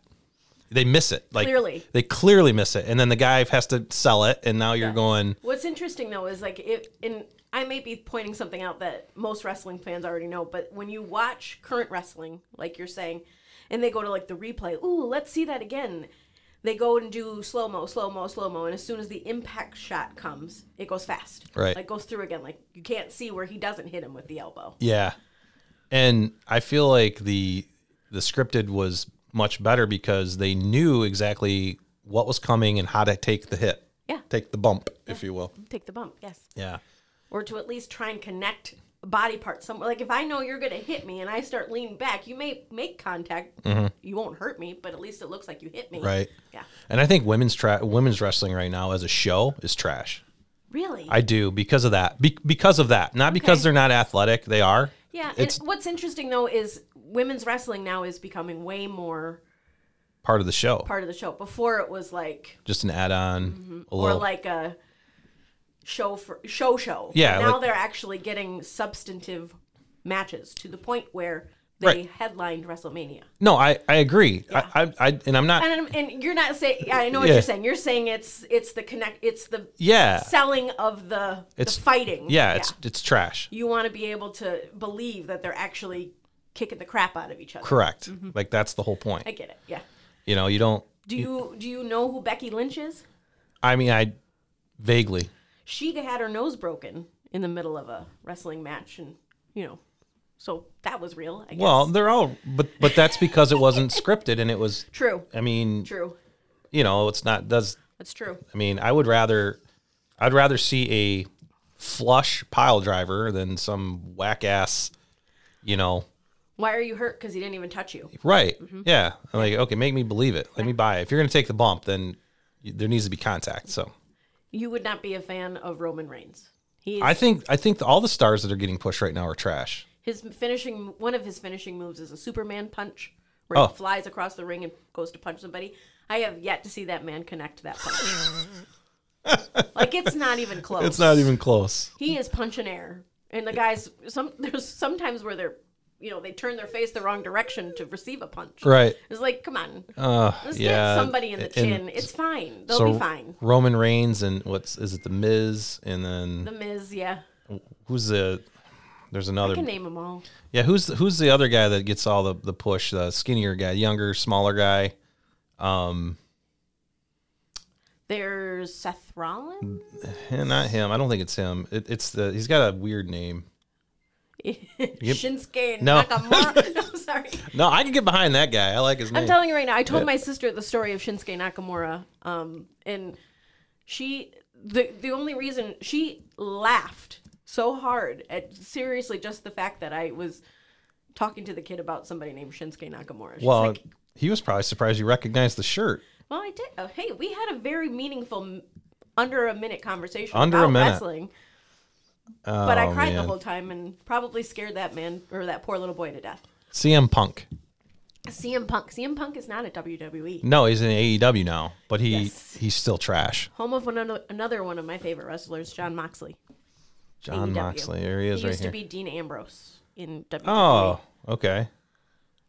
Speaker 2: They miss it. Like
Speaker 3: Clearly.
Speaker 2: They clearly miss it. And then the guy has to sell it and now you're going
Speaker 3: What's interesting though is like if and I may be pointing something out that most wrestling fans already know, but when you watch current wrestling, like you're saying, and they go to like the replay, ooh, let's see that again. They go and do slow mo, slow mo, slow mo, and as soon as the impact shot comes, it goes fast.
Speaker 2: Right.
Speaker 3: Like goes through again. Like you can't see where he doesn't hit him with the elbow.
Speaker 2: Yeah. And I feel like the the scripted was much better because they knew exactly what was coming and how to take the hit.
Speaker 3: Yeah.
Speaker 2: Take the bump, if you will.
Speaker 3: Take the bump, yes.
Speaker 2: Yeah.
Speaker 3: Or to at least try and connect a body part somewhere. Like if I know you're gonna hit me and I start leaning back, you may make contact. You won't hurt me, but at least it looks like you hit me.
Speaker 2: Mm-hmm. Right.
Speaker 3: Yeah.
Speaker 2: And I think women's tra- women's wrestling right now as a show is trash.
Speaker 3: Really?
Speaker 2: I do because of that. Be- because of that, not because
Speaker 3: Okay.
Speaker 2: they're not athletic. They are.
Speaker 3: yeah. And
Speaker 2: it's
Speaker 3: what's interesting though is women's wrestling now is becoming way more
Speaker 2: part of the show.
Speaker 3: part of the show. Before it was like
Speaker 2: Just an add-on, a
Speaker 3: or
Speaker 2: little.
Speaker 3: like a show for show show.
Speaker 2: Yeah,
Speaker 3: Now
Speaker 2: like-
Speaker 3: they're actually getting substantive matches to the point where they
Speaker 2: Right.
Speaker 3: headlined WrestleMania.
Speaker 2: no, I I agree. I, I I and I'm not.
Speaker 3: And and you're not saying I know what
Speaker 2: Yeah.
Speaker 3: you're saying. You're saying it's it's the connect it's the
Speaker 2: yeah,
Speaker 3: selling of the
Speaker 2: It's-
Speaker 3: the fighting.
Speaker 2: yeah. It's it's trash.
Speaker 3: you want to be able to believe that they're actually kicking the crap out of each other.
Speaker 2: Correct. Like that's the whole point.
Speaker 3: Mm-hmm. I get it. Yeah.
Speaker 2: You know, you don't.
Speaker 3: Do you do you know who Becky Lynch is?
Speaker 2: I mean, I vaguely.
Speaker 3: She had her nose broken in the middle of a wrestling match, and you know, so that was real. I guess.
Speaker 2: Well, they're all, but but that's because it wasn't scripted and it was.
Speaker 3: true,
Speaker 2: I mean,
Speaker 3: true,
Speaker 2: you know, it's not. Does
Speaker 3: that's true.
Speaker 2: I mean, I would rather, I'd rather see a flush pile driver than some whack ass, you know.
Speaker 3: Why are you hurt? Because he didn't even touch you.
Speaker 2: Right. Yeah. I'm like, okay, make me believe it. Let me buy it. If you're gonna take the bump, then there needs to be contact. So
Speaker 3: You would not be a fan of Roman Reigns. He is,
Speaker 2: I think I think all the stars that are getting pushed right now are trash.
Speaker 3: his finishing one of his finishing moves is a Superman punch where
Speaker 2: Oh.
Speaker 3: he flies across the ring and goes to punch somebody. I have yet to see that man connect that punch. like it's not even close.
Speaker 2: It's not even close.
Speaker 3: he is punching air and the guys some there's sometimes where they're you know they turn their face the wrong direction to receive a punch
Speaker 2: Right.
Speaker 3: it's like come on
Speaker 2: Uh,
Speaker 3: let's get
Speaker 2: yeah.
Speaker 3: somebody in the
Speaker 2: and-
Speaker 3: chin it's fine they'll
Speaker 2: so
Speaker 3: be fine
Speaker 2: Roman Reigns and what's is it the Miz and then
Speaker 3: the miz yeah
Speaker 2: who's the there's
Speaker 3: i
Speaker 2: another
Speaker 3: can name them all
Speaker 2: yeah who's the, who's the other guy that gets all the the push the skinnier guy younger smaller guy um
Speaker 3: there's seth rollins
Speaker 2: eh, not him I don't think it's him it, it's the he's got a weird name
Speaker 3: shinsuke
Speaker 2: No.
Speaker 3: nakamura no sorry
Speaker 2: no I can get behind that guy I like his
Speaker 3: I'm
Speaker 2: name
Speaker 3: telling you right now. I told my sister the story of Shinsuke Nakamura, um, and she the the only reason she laughed so hard at seriously just the fact that I was talking to the kid about somebody named Shinsuke Nakamura. She's
Speaker 2: well
Speaker 3: like,
Speaker 2: he was probably surprised you recognized the shirt
Speaker 3: well, I did. Oh, hey, we had a very meaningful m- under a minute conversation
Speaker 2: Under a
Speaker 3: about
Speaker 2: minute.
Speaker 3: wrestling, but I
Speaker 2: Oh,
Speaker 3: cried the
Speaker 2: man.
Speaker 3: whole time and probably scared that man or that poor little boy to death.
Speaker 2: CM Punk
Speaker 3: CM Punk. CM Punk is not a E. WWE.
Speaker 2: no he's in AEW now but he
Speaker 3: Yes.
Speaker 2: he's still trash
Speaker 3: Home of one, ano- another one of my favorite wrestlers, John Moxley.
Speaker 2: John
Speaker 3: AEW.
Speaker 2: Moxley there he is
Speaker 3: E He
Speaker 2: right
Speaker 3: used
Speaker 2: here
Speaker 3: to be Dean Ambrose in E. WWE.
Speaker 2: Oh, okay.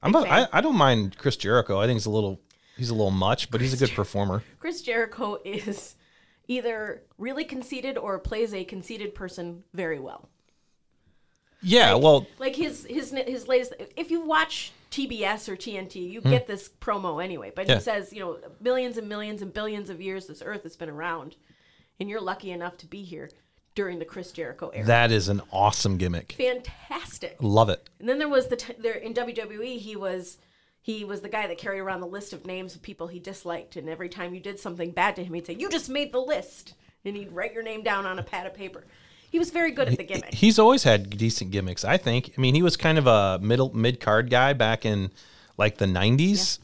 Speaker 2: I'm a,
Speaker 3: fan.
Speaker 2: I, I don't mind Chris Jericho. I think he's a little he's a little much, but he's a good performer.
Speaker 3: Chris Jericho is either really conceited or plays a conceited person very well.
Speaker 2: Yeah, well,
Speaker 3: Like his his his latest. If you watch TBS or TNT, you get this promo anyway. But
Speaker 2: Hmm. Yeah.
Speaker 3: he says, you know, millions and millions and billions of years this Earth has been around, and you're lucky enough to be here during the Chris Jericho era.
Speaker 2: that is an awesome gimmick.
Speaker 3: Fantastic.
Speaker 2: Love it.
Speaker 3: And then there was the t- there in WWE he was he was the guy that carried around the list of names of people he disliked, and every time you did something bad to him, he'd say, "You just made the list," and he'd write your name down on a pad of paper. He was very good at the gimmick.
Speaker 2: He's always had decent gimmicks, I think. I mean, he was kind of a middle mid card guy back in like the '90s,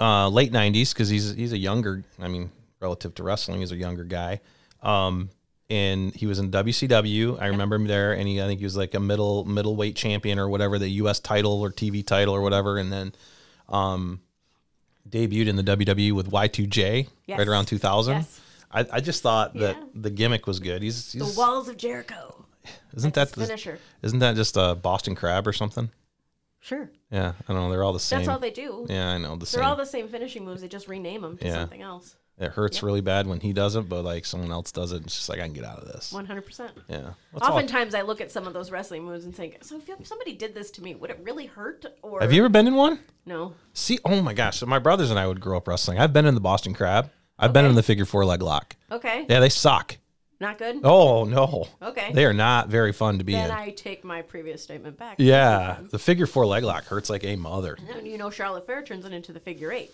Speaker 2: uh, late '90s, because he's he's a younger. I mean, relative to wrestling, he's a younger guy. Um, and he was in WCW. I remember him there, and he I think he was like a middle middleweight champion or whatever, the U.S. title or TV title or whatever, and then um, debuted in the WWE with Y2J
Speaker 3: Yes.
Speaker 2: right around 2000.
Speaker 3: Yes.
Speaker 2: I, I just thought that
Speaker 3: Yeah.
Speaker 2: the gimmick was good. He's,
Speaker 3: The
Speaker 2: he's
Speaker 3: walls of Jericho
Speaker 2: isn't that the,
Speaker 3: finisher.
Speaker 2: isn't that just a Boston crab or something?
Speaker 3: Sure,
Speaker 2: Yeah, I don't know. They're all the same.
Speaker 3: that's all they do.
Speaker 2: yeah, I know the
Speaker 3: They're
Speaker 2: same.
Speaker 3: all the same finishing moves. They just rename them to
Speaker 2: Yeah.
Speaker 3: something else.
Speaker 2: it hurts really bad when he does it, but like someone else does it, it's just like I can get out of this.
Speaker 3: One hundred percent.
Speaker 2: Yeah. What's all-
Speaker 3: Oftentimes, I look at some of those wrestling moves and think, "So if somebody did this to me, would it really hurt?" Or
Speaker 2: have you ever been in one?
Speaker 3: No,
Speaker 2: See, oh my gosh! So my brothers and I would grow up wrestling. I've been in the Boston crab. I've been in the figure four leg lock.
Speaker 3: okay,
Speaker 2: Yeah, they suck.
Speaker 3: not good.
Speaker 2: Oh no.
Speaker 3: Okay.
Speaker 2: They are not very fun to be
Speaker 3: Then
Speaker 2: in.
Speaker 3: I take my previous statement back.
Speaker 2: yeah, the figure four leg lock hurts like a mother.
Speaker 3: And you know, Charlotte Fair turns it into the figure eight.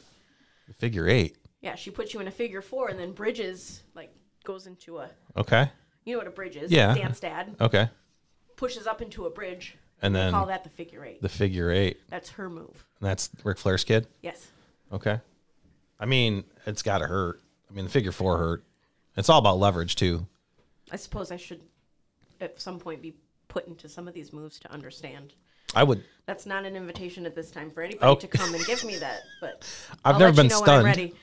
Speaker 2: The figure eight.
Speaker 3: Yeah, she puts you in a figure four, and then Bridges like goes into a.
Speaker 2: Okay.
Speaker 3: You know what a bridge is?
Speaker 2: Yeah.
Speaker 3: Dance dad
Speaker 2: Okay.
Speaker 3: pushes up into a bridge.
Speaker 2: And
Speaker 3: They
Speaker 2: then
Speaker 3: call that the figure eight.
Speaker 2: the figure eight.
Speaker 3: That's her move.
Speaker 2: And that's Ric Flair's kid.
Speaker 3: Yes.
Speaker 2: Okay. I mean, it's got to hurt. I mean, the figure four hurt. It's all about leverage too.
Speaker 3: I suppose I should, at some point, be put into some of these moves to understand.
Speaker 2: I would.
Speaker 3: That's not an invitation at this time for anybody
Speaker 2: Oh.
Speaker 3: to come and give me that, but
Speaker 2: I've
Speaker 3: I'll
Speaker 2: never
Speaker 3: let
Speaker 2: been
Speaker 3: you know
Speaker 2: stunned
Speaker 3: when I'm ready.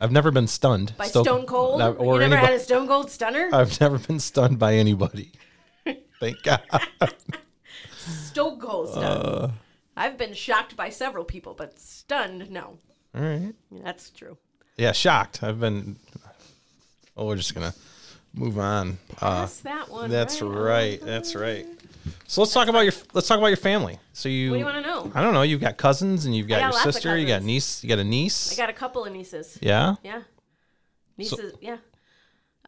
Speaker 2: I've never been stunned
Speaker 3: By
Speaker 2: Sto-
Speaker 3: Stone Cold?
Speaker 2: No, or
Speaker 3: you never
Speaker 2: anybody.
Speaker 3: had a Stone Cold stunner?
Speaker 2: I've never been stunned by anybody. Thank God.
Speaker 3: Stone Cold stun.
Speaker 2: Uh.
Speaker 3: I've been shocked by several people, but stunned, no.
Speaker 2: All right.
Speaker 3: That's true.
Speaker 2: Yeah, shocked. I've been. Oh, we're just gonna move on. Uh,
Speaker 3: That's that one.
Speaker 2: that's right. That's right. So let's talk about your let's talk about your family. So you.
Speaker 3: What do you want to know?
Speaker 2: I don't know. You've got cousins and you've got,
Speaker 3: got lots
Speaker 2: your
Speaker 3: of
Speaker 2: sister. You got
Speaker 3: cousins.
Speaker 2: niece. You got a niece.
Speaker 3: I got a couple of nieces.
Speaker 2: yeah.
Speaker 3: Yeah. Nieces, yeah.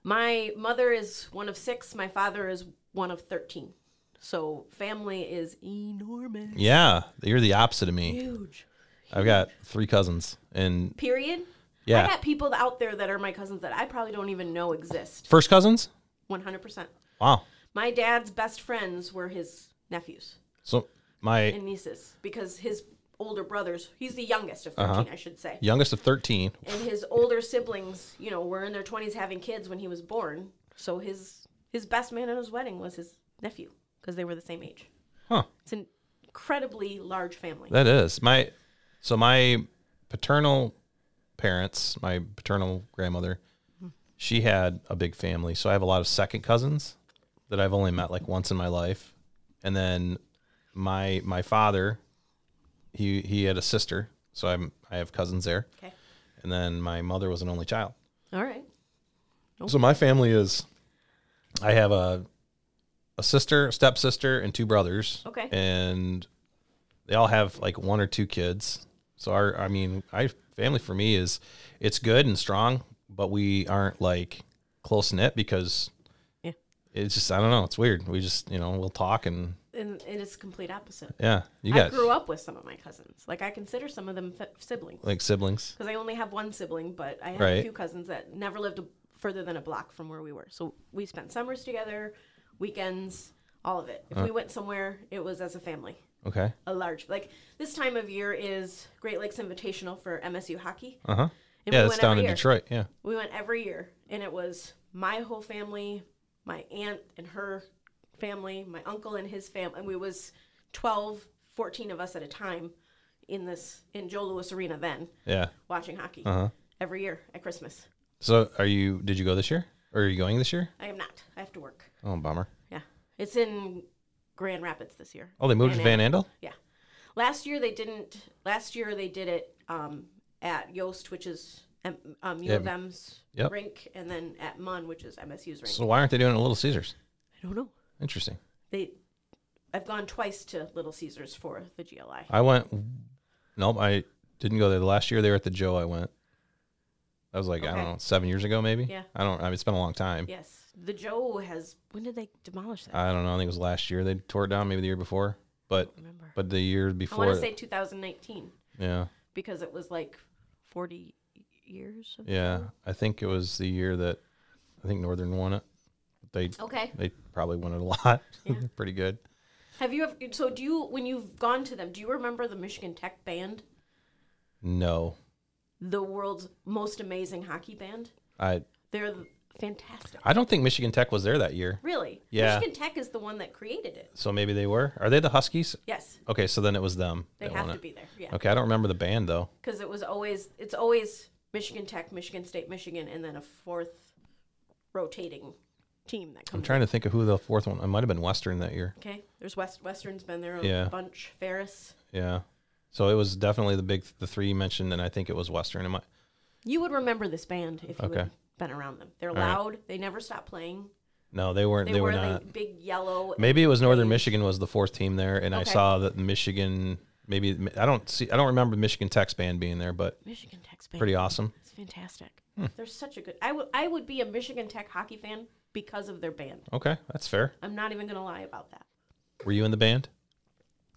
Speaker 3: My mother is one of six. My father is one of 13. So family is enormous.
Speaker 2: Yeah. You're the opposite of me.
Speaker 3: Huge.
Speaker 2: I've got three cousins, and
Speaker 3: Period. I
Speaker 2: yeah,
Speaker 3: got people out there that are my cousins that I probably don't even know exist.
Speaker 2: first cousins.
Speaker 3: 100%.
Speaker 2: Wow.
Speaker 3: My dad's best friends were his nephews
Speaker 2: So my
Speaker 3: and nieces because his older brothers. He's the youngest of
Speaker 2: Uh-huh.
Speaker 3: 13, I should say.
Speaker 2: Youngest of 13.
Speaker 3: And his older siblings, you know, were in their 20s having kids when he was born. So his his best man at his wedding was his nephew because they were the same age.
Speaker 2: Huh.
Speaker 3: It's an incredibly large family.
Speaker 2: That is my so my paternal parents, my paternal grandmother, she had a big family. So I have a lot of second cousins that I've only met like once in my life. And then my my father, he he had a sister, so I'm I have cousins there.
Speaker 3: okay.
Speaker 2: And then my mother was an only child.
Speaker 3: All right.
Speaker 2: So my family is I have a a sister, a stepsister, and two brothers.
Speaker 3: Okay.
Speaker 2: And they all have like one or two kids. So our I mean, I family for me is it's good and strong, but we aren't like close knit because
Speaker 3: Yeah.
Speaker 2: it's just I don't know, it's weird. We just, you know, we'll talk and
Speaker 3: And it is complete opposite.
Speaker 2: yeah. You
Speaker 3: I
Speaker 2: got
Speaker 3: grew up with some of my cousins. Like I consider some of them f- siblings
Speaker 2: like siblings.
Speaker 3: because I only have one sibling, but I have a
Speaker 2: Right.
Speaker 3: few cousins that never lived a, further than a block from where we were. So we spent summers together, weekends, all of it. If
Speaker 2: Uh.
Speaker 3: we went somewhere, it was as a family.
Speaker 2: Okay.
Speaker 3: A large like this time of year is Great Lakes Invitational for MSU hockey.
Speaker 2: Uh huh.
Speaker 3: And
Speaker 2: Yeah,
Speaker 3: we
Speaker 2: it's
Speaker 3: went
Speaker 2: down
Speaker 3: every
Speaker 2: in
Speaker 3: year.
Speaker 2: Detroit. Yeah.
Speaker 3: We went every year, and it was my whole family, my aunt and her family, my uncle and his family, and we was 12, 14 of us at a time in this in Joe Louis Arena then
Speaker 2: Yeah.
Speaker 3: watching hockey
Speaker 2: Uh-huh.
Speaker 3: every year at Christmas.
Speaker 2: So are you did you go this year? Or are you going this year?
Speaker 3: I am not. I have to work.
Speaker 2: Oh bummer.
Speaker 3: Yeah, it's in Grand Rapids this year.
Speaker 2: Oh, they moved to Van Andel?
Speaker 3: Yeah. Last year they didn't. Last year they did it um, at Yost, which is um, um, U of
Speaker 2: Yeah.
Speaker 3: M's
Speaker 2: Yep.
Speaker 3: rink, and then at Munn, which is MSU's rink.
Speaker 2: So why aren't they doing it at Little Caesars?
Speaker 3: I don't know.
Speaker 2: Interesting.
Speaker 3: They, I've gone twice to Little Caesars for the GLI.
Speaker 2: I went. Nope, I didn't go there. The last year they were at the Joe, I went. That was like I don't
Speaker 3: Okay.
Speaker 2: know, seven years ago maybe.
Speaker 3: Yeah.
Speaker 2: I don't. I mean, it's been a long time.
Speaker 3: Yes, the Joe has. When did they demolish that? I
Speaker 2: I don't know. I think it was last year they tore it down. Maybe the year before, but
Speaker 3: don't remember.
Speaker 2: but the year
Speaker 3: I
Speaker 2: before.
Speaker 3: want to say 2019
Speaker 2: yeah,
Speaker 3: because it was like 40 years. Of
Speaker 2: yeah. I think it was the year that I think Northern won it. They
Speaker 3: Okay.
Speaker 2: they probably won it a lot. They're pretty good.
Speaker 3: Have you ever? So do you? When you've gone to them, do you remember the Michigan Tech band,
Speaker 2: No,
Speaker 3: the world's most amazing hockey band?
Speaker 2: I
Speaker 3: They're fantastic.
Speaker 2: I don't think Michigan Tech was there that year.
Speaker 3: Really?
Speaker 2: Yeah.
Speaker 3: Michigan Tech is the one that created it.
Speaker 2: So maybe they were. Are they the Huskies?
Speaker 3: Yes,
Speaker 2: Okay, so then it was them.
Speaker 3: they
Speaker 2: that
Speaker 3: have
Speaker 2: won
Speaker 3: to
Speaker 2: it.
Speaker 3: be there. Yeah.
Speaker 2: Okay, I don't remember the band though.
Speaker 3: because it was always it's always Michigan Tech, Michigan State, Michigan, and then a fourth rotating team that
Speaker 2: I'm
Speaker 3: comes.
Speaker 2: trying to think of who the fourth one. It might have been Western that year.
Speaker 3: in. Okay, there's West Western's been there a
Speaker 2: Yeah.
Speaker 3: bunch. Ferris,
Speaker 2: Yeah. So it was definitely the big the three you mentioned, and I think it was Western. Am I?
Speaker 3: you would remember this band if you
Speaker 2: Okay.
Speaker 3: had been around them. They're
Speaker 2: right.
Speaker 3: loud. They never stop playing.
Speaker 2: No, they weren't.
Speaker 3: They,
Speaker 2: They,
Speaker 3: wear
Speaker 2: were not.
Speaker 3: the big yellow.
Speaker 2: Maybe it was Northern Michigan was the fourth team there, and I
Speaker 3: Okay.
Speaker 2: saw that Michigan. Maybe I don't see. I don't remember Michigan Tech's band being there, but
Speaker 3: Michigan Tech's band.
Speaker 2: pretty Hmm. awesome.
Speaker 3: It's fantastic. They're such a good. I would I would be a Michigan Tech hockey fan because of their band.
Speaker 2: Okay, that's fair.
Speaker 3: I'm not even gonna lie about that.
Speaker 2: Were you in the band?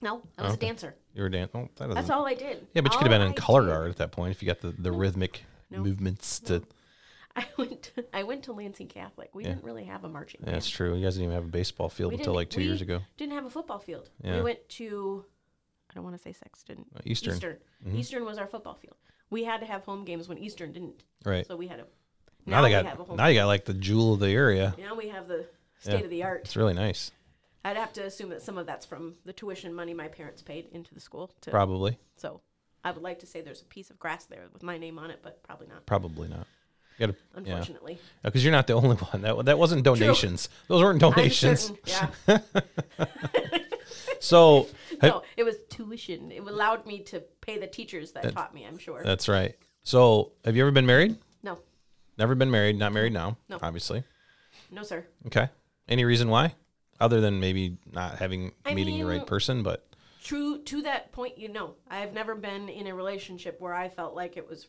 Speaker 3: No, I was a dancer.
Speaker 2: You were dan Oh, that
Speaker 3: That's
Speaker 2: doesn't.
Speaker 3: all I did.
Speaker 2: Yeah, but you could
Speaker 3: All
Speaker 2: have been in
Speaker 3: I
Speaker 2: color
Speaker 3: did-
Speaker 2: guard at that point if you got the, the rhythmic movements to.
Speaker 3: I went. To, I went to Lansing Catholic. We didn't really have a marching
Speaker 2: Yeah,
Speaker 3: band.
Speaker 2: that's true. You guys didn't even have a baseball field
Speaker 3: We
Speaker 2: until
Speaker 3: didn't-
Speaker 2: like two
Speaker 3: we
Speaker 2: years ago.
Speaker 3: Didn't have a football field.
Speaker 2: Yeah. Uh,
Speaker 3: We went to. I don't want to say Sexton.
Speaker 2: Eastern. Mm-hmm.
Speaker 3: Eastern. Eastern was our football field. We had to have home games when Eastern didn't.
Speaker 2: Right.
Speaker 3: So we had a.
Speaker 2: now they
Speaker 3: we
Speaker 2: got.
Speaker 3: have a home.
Speaker 2: now you got like the jewel of the area.
Speaker 3: now we have the state of the art.
Speaker 2: It's really nice.
Speaker 3: I'd have to assume that some of that's from the tuition money my parents paid into the school. To,
Speaker 2: Probably.
Speaker 3: So, I would like to say there's a piece of grass there with my name on it, but probably not.
Speaker 2: Probably not. You gotta, yeah,
Speaker 3: Unfortunately.
Speaker 2: because you're not the only one. That that wasn't donations. Those weren't donations.
Speaker 3: I'm certain. Yeah.
Speaker 2: So
Speaker 3: No, it was tuition. It allowed me to pay the teachers that taught me, I'm sure.
Speaker 2: that's right. So have you ever been married?
Speaker 3: No,
Speaker 2: Never been married. Not married now.
Speaker 3: No.
Speaker 2: Obviously.
Speaker 3: no, sir.
Speaker 2: Okay. Any reason why? Other than maybe not having
Speaker 3: I
Speaker 2: meeting the right
Speaker 3: mean-
Speaker 2: person, but
Speaker 3: True to that point, you know, I've never been in a relationship where I felt like it was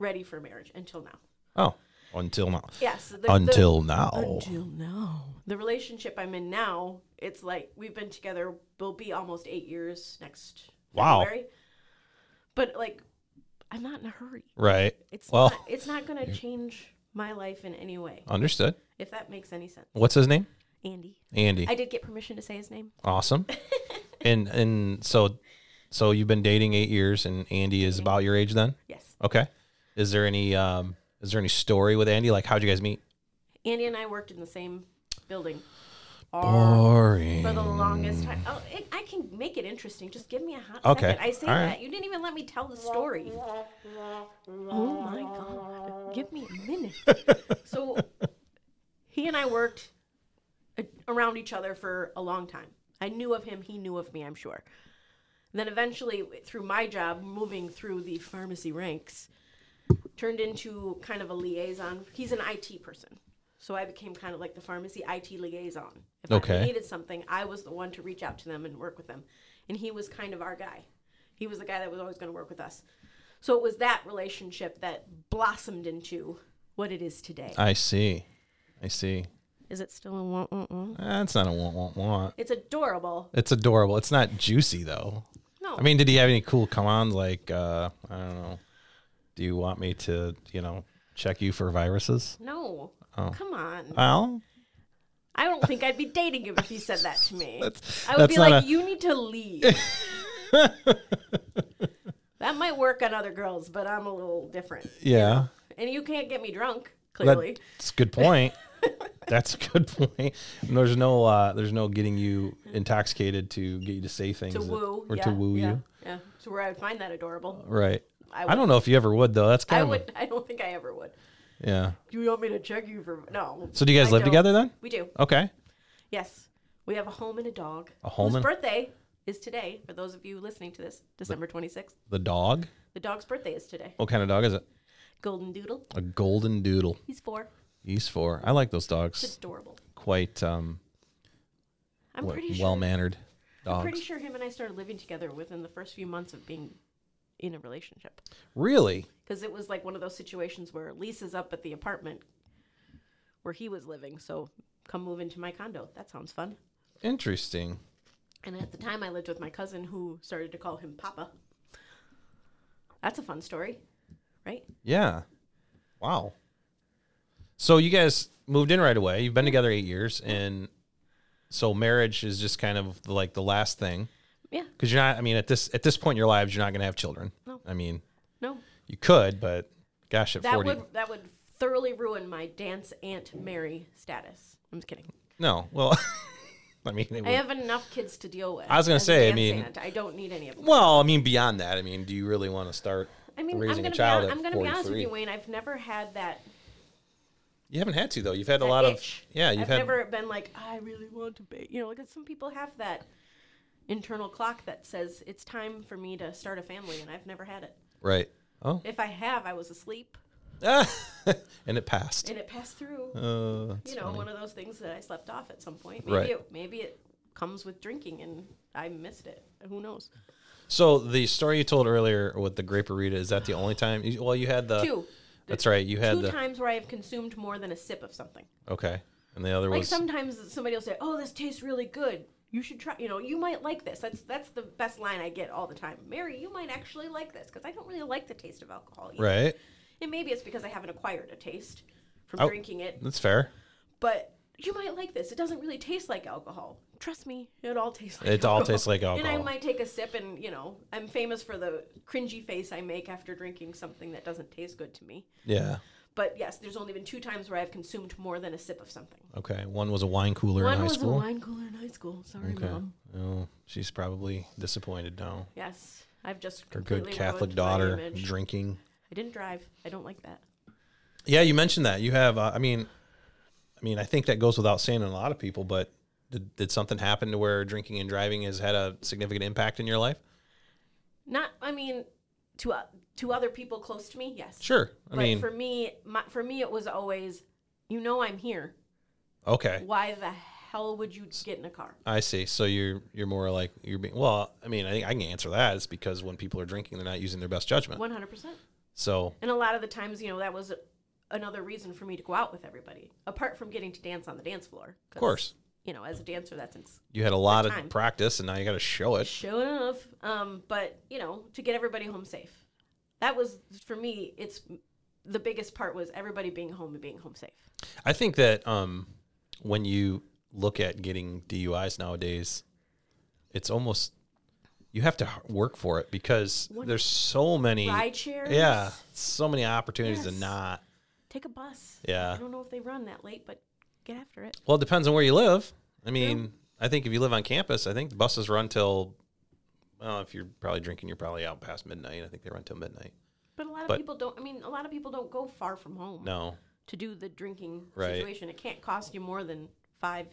Speaker 3: ready for marriage until now.
Speaker 2: oh, until now.
Speaker 3: Yes. the- the-
Speaker 2: until now. Oh.
Speaker 3: until now. The relationship I'm in now, it's like we've been together, will be almost eight years next
Speaker 2: Wow.
Speaker 3: February. But like, I'm not in a hurry.
Speaker 2: right.
Speaker 3: It's
Speaker 2: well,
Speaker 3: not, it's not going to change my life in any way,
Speaker 2: understood.
Speaker 3: if that makes any sense.
Speaker 2: What's his name?
Speaker 3: Andy.
Speaker 2: Andy.
Speaker 3: I did get permission to say his name.
Speaker 2: awesome. and and so So you've been dating eight years, and Andy is about your age then.
Speaker 3: Yes.
Speaker 2: Okay. Is there any um is there any story with Andy? Like how'd you guys meet?
Speaker 3: Andy and I worked in the same building.
Speaker 2: Boring.
Speaker 3: for the longest time. Oh, it, I can make it interesting. Just give me a hot
Speaker 2: Okay.
Speaker 3: second. I say
Speaker 2: All
Speaker 3: that.
Speaker 2: right.
Speaker 3: You didn't even let me tell the story. Oh my god. Give me a minute. so he and I worked a- around each other for a long time. I knew of him, he knew of me, I'm sure. Then eventually through my job moving through the pharmacy ranks turned into kind of a liaison. He's an IT person. So I became kind of like the pharmacy IT liaison. If
Speaker 2: Okay.
Speaker 3: I needed something, I was the one to reach out to them and work with them. And he was kind of our guy. He was the guy that was always going to work with us. So it was that relationship that blossomed into what it is today.
Speaker 2: I see. I see.
Speaker 3: Is it still a wah, wah, wah?
Speaker 2: That's not a want want want.
Speaker 3: It's adorable.
Speaker 2: It's adorable. It's not juicy though.
Speaker 3: No.
Speaker 2: I mean, did he have any cool come on like uh I don't know. Do you want me to, you know, check you for viruses?
Speaker 3: no.
Speaker 2: Oh.
Speaker 3: Come on.
Speaker 2: Well,
Speaker 3: I don't think I'd be dating him if he said that to me.
Speaker 2: That's-
Speaker 3: I would
Speaker 2: that's
Speaker 3: be
Speaker 2: not
Speaker 3: like,
Speaker 2: a-
Speaker 3: you need to leave. that might work on other girls, but I'm a little different.
Speaker 2: yeah.
Speaker 3: And you can't get me drunk,
Speaker 2: That-
Speaker 3: clearly.
Speaker 2: That's a good point. That's a good point. And there's no uh there's no getting you intoxicated to get you to say things
Speaker 3: to
Speaker 2: that-
Speaker 3: woo.
Speaker 2: or
Speaker 3: yeah,
Speaker 2: to woo
Speaker 3: yeah,
Speaker 2: you. Uh,
Speaker 3: Yeah. So where I would find that adorable.
Speaker 2: Right.
Speaker 3: I
Speaker 2: I, don't know if you ever would though. That's kind
Speaker 3: I
Speaker 2: of a-
Speaker 3: would I don't think I ever would.
Speaker 2: yeah.
Speaker 3: You want me to check you for no.
Speaker 2: So do you guys
Speaker 3: I
Speaker 2: live
Speaker 3: don't.
Speaker 2: together then?
Speaker 3: We do.
Speaker 2: Okay.
Speaker 3: Yes. We have a home and a dog.
Speaker 2: A home
Speaker 3: whose
Speaker 2: and-
Speaker 3: birthday is today, for those of you listening to this, December twenty sixth.
Speaker 2: The dog.
Speaker 3: The dog's birthday is today.
Speaker 2: What kind of dog is it?
Speaker 3: Golden Doodle.
Speaker 2: A golden doodle.
Speaker 3: He's four.
Speaker 2: He's four. I like those
Speaker 3: It's
Speaker 2: dogs.
Speaker 3: adorable.
Speaker 2: Quite um
Speaker 3: I'm pretty sure
Speaker 2: well mannered dogs.
Speaker 3: pretty sure him and I started living together within the first few months of being in a relationship.
Speaker 2: Really?
Speaker 3: because it was like one of those situations where Lisa's up at the apartment where he was living, so come move into my condo. That sounds fun.
Speaker 2: Interesting.
Speaker 3: And at the time, I lived with my cousin who started to call him Papa. That's a fun story, right?
Speaker 2: Yeah. Wow. So you guys moved in right away. You've been together eight years, and so marriage is just kind of like the last thing
Speaker 3: Yeah.
Speaker 2: because you're not. I mean, at this at this point in your lives, you're not going to have children.
Speaker 3: No.
Speaker 2: I mean,
Speaker 3: No,
Speaker 2: you could, but gosh, at
Speaker 3: that
Speaker 2: forty,
Speaker 3: would that would thoroughly ruin my dance Aunt Mary status. I'm just kidding.
Speaker 2: no. Well, I mean, it
Speaker 3: I
Speaker 2: would,
Speaker 3: have enough kids to deal with.
Speaker 2: I was gonna
Speaker 3: As a
Speaker 2: say, I
Speaker 3: dance
Speaker 2: mean-
Speaker 3: aunt, I don't need any of them.
Speaker 2: well, I mean, beyond that, I mean, do you really want to start?
Speaker 3: I mean, I'm
Speaker 2: raising
Speaker 3: gonna
Speaker 2: a child
Speaker 3: be, hon-
Speaker 2: at
Speaker 3: I'm gonna be honest with
Speaker 2: 43.
Speaker 3: you, Wayne. I've never had that
Speaker 2: You haven't had to though. You've had a
Speaker 3: that
Speaker 2: lot
Speaker 3: itch.
Speaker 2: of yeah. You've
Speaker 3: I've
Speaker 2: had
Speaker 3: never been like, I really want to be. You know, like some people have that internal clock that says it's time for me to start a family, and I've never had it.
Speaker 2: right. Oh,
Speaker 3: If I have, I was asleep,
Speaker 2: and it passed.
Speaker 3: and it passed through.
Speaker 2: Uh,
Speaker 3: you know, one of those things that I slept off at some point. Maybe
Speaker 2: Right.
Speaker 3: it, maybe it comes with drinking, and I missed it. Who knows?
Speaker 2: So the story you told earlier with the grape burrito is that the only time? You, well, you had the
Speaker 3: two,
Speaker 2: That's right. You had
Speaker 3: two
Speaker 2: the
Speaker 3: times where I have consumed more than a sip of something.
Speaker 2: okay, and the other
Speaker 3: Like
Speaker 2: was
Speaker 3: sometimes somebody will say, "Oh, this tastes really good. You should try. You know, you might like this." That's that's the best line I get all the time. Mary, you might actually like this because I don't really like the taste of alcohol. Either.
Speaker 2: right.
Speaker 3: And maybe it's because I haven't acquired a taste from
Speaker 2: Oh.
Speaker 3: drinking it,
Speaker 2: That's fair.
Speaker 3: but you might like this. It doesn't really taste like alcohol. Trust me, it all tastes like
Speaker 2: It all
Speaker 3: alcohol.
Speaker 2: tastes like
Speaker 3: And I
Speaker 2: alcohol.
Speaker 3: might take a sip and, you know, I'm famous for the cringy face I make after drinking something that doesn't taste good to me.
Speaker 2: Yeah.
Speaker 3: But yes, there's only been two times where I've consumed more than a sip of something.
Speaker 2: Okay. One was a wine cooler in
Speaker 3: One
Speaker 2: high
Speaker 3: was
Speaker 2: school.
Speaker 3: a wine cooler in high school. Sorry,
Speaker 2: okay.
Speaker 3: mom.
Speaker 2: Oh, she's probably disappointed now.
Speaker 3: Yes, I've just
Speaker 2: Her
Speaker 3: completely
Speaker 2: good Catholic
Speaker 3: ruined my
Speaker 2: daughter
Speaker 3: image.
Speaker 2: drinking.
Speaker 3: I didn't drive. I don't like that.
Speaker 2: Yeah, you mentioned that. You have. Uh, I mean, I mean, I think that goes without saying in a lot of people. But did, did something happen to where drinking and driving has had a significant impact in your life?
Speaker 3: Not. I mean, to uh, to other people close to me, yes.
Speaker 2: Sure. I
Speaker 3: but
Speaker 2: mean,
Speaker 3: for me, my, for me, it was always, you know, I'm here.
Speaker 2: okay.
Speaker 3: Why the hell would you get in a car?
Speaker 2: I see. So you're you're more like you're being well. I mean, I think I can answer that. It's because when people are drinking, they're not using their best judgment.
Speaker 3: One hundred percent.
Speaker 2: So
Speaker 3: And a lot of the times, you know, that was another reason for me to go out with everybody, apart from getting to dance on the dance floor.
Speaker 2: of course,
Speaker 3: You know, as a dancer, that's ins-
Speaker 2: you had a lot
Speaker 3: time.
Speaker 2: of practice, and now you got to show it.
Speaker 3: Show enough. Um, but you know, to get everybody home safe. That was for me. It's the biggest part was everybody being home and being home safe.
Speaker 2: I think that um, when you look at getting DUIs nowadays, it's almost you have to h- work for it because
Speaker 3: What-
Speaker 2: there's so many
Speaker 3: Ride shares.
Speaker 2: yeah so many opportunities to
Speaker 3: Yes.
Speaker 2: not
Speaker 3: Take a bus.
Speaker 2: Yeah.
Speaker 3: I don't know if they run that late, but get after it.
Speaker 2: well it depends on where you live i mean i think if you live on campus i think the buses run till well if you're probably drinking you're probably out past midnight i think they run till midnight
Speaker 3: But a lot of
Speaker 2: But-
Speaker 3: people don't. I mean, a lot of people don't go far from home
Speaker 2: no
Speaker 3: to do the drinking
Speaker 2: Right.
Speaker 3: situation. It can't cost you more than five.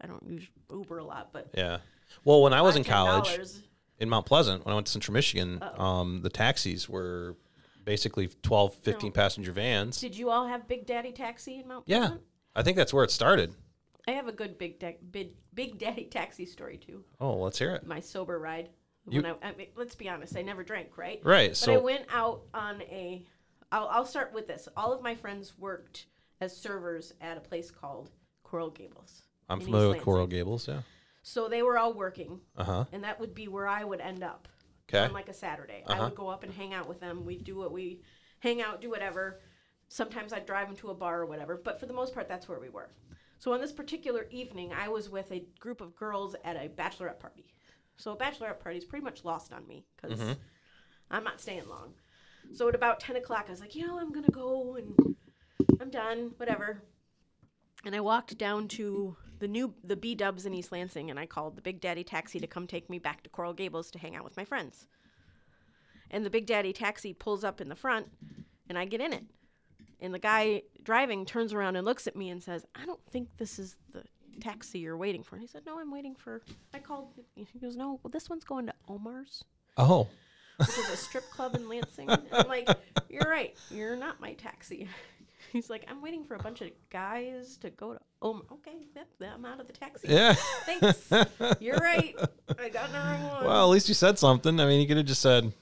Speaker 3: I don't use Uber a lot, but
Speaker 2: yeah well when i was in
Speaker 3: five, ten
Speaker 2: college
Speaker 3: dollars.
Speaker 2: in Mount Pleasant when I went to Central Michigan, um, the taxis were basically 12, 15 passenger vans.
Speaker 3: Did you all have Big Daddy Taxi in Mount
Speaker 2: Yeah,
Speaker 3: Pleasant?
Speaker 2: I think that's where it started.
Speaker 3: I have a good Big, da- big, big Daddy Taxi story too.
Speaker 2: Oh, let's hear it.
Speaker 3: My sober ride.
Speaker 2: You-
Speaker 3: When I, I mean, let's be honest, I never drank, right?
Speaker 2: Right.
Speaker 3: But I
Speaker 2: So
Speaker 3: went out on a. I'll, I'll start with this. All of my friends worked as servers at a place called Coral Gables.
Speaker 2: I'm
Speaker 3: in
Speaker 2: familiar
Speaker 3: East
Speaker 2: with Coral Gables. Yeah.
Speaker 3: So they were all working,
Speaker 2: Uh huh.
Speaker 3: and that would be where I would end up
Speaker 2: Okay.
Speaker 3: on like a Saturday. I
Speaker 2: Uh-huh.
Speaker 3: would go up and hang out with them. We'd do what we hang out, do whatever. Sometimes I'd drive them to a bar or whatever, but for the most part, that's where we were. So on this particular evening, I was with a group of girls at a bachelorette party. So a bachelorette party is pretty much lost on me because
Speaker 2: Mm-hmm.
Speaker 3: I'm not staying long. So at about 10 o'clock, I was like, you know, I'm going to go and I'm done, whatever. And I walked down to the new the B Dubs in East Lansing, and I called the Big Daddy taxi to come take me back to Coral Gables to hang out with my friends. And the Big Daddy taxi pulls up in the front, and I get in it. And the guy driving turns around and looks at me and says, "I don't think this is the taxi you're waiting for." And he said, "No, I'm waiting for." I called. He goes, "No, well, this one's going to Omar's."
Speaker 2: Oh.
Speaker 3: which is a strip club in Lansing. And I'm like, you're right. You're not my taxi. He's like, I'm waiting for a bunch of guys to go to. Oh, okay. That, that, I'm out of the taxi.
Speaker 2: Yeah.
Speaker 3: Thanks. You're right. I got the wrong one.
Speaker 2: well, at least you said something. I mean, you could have just said,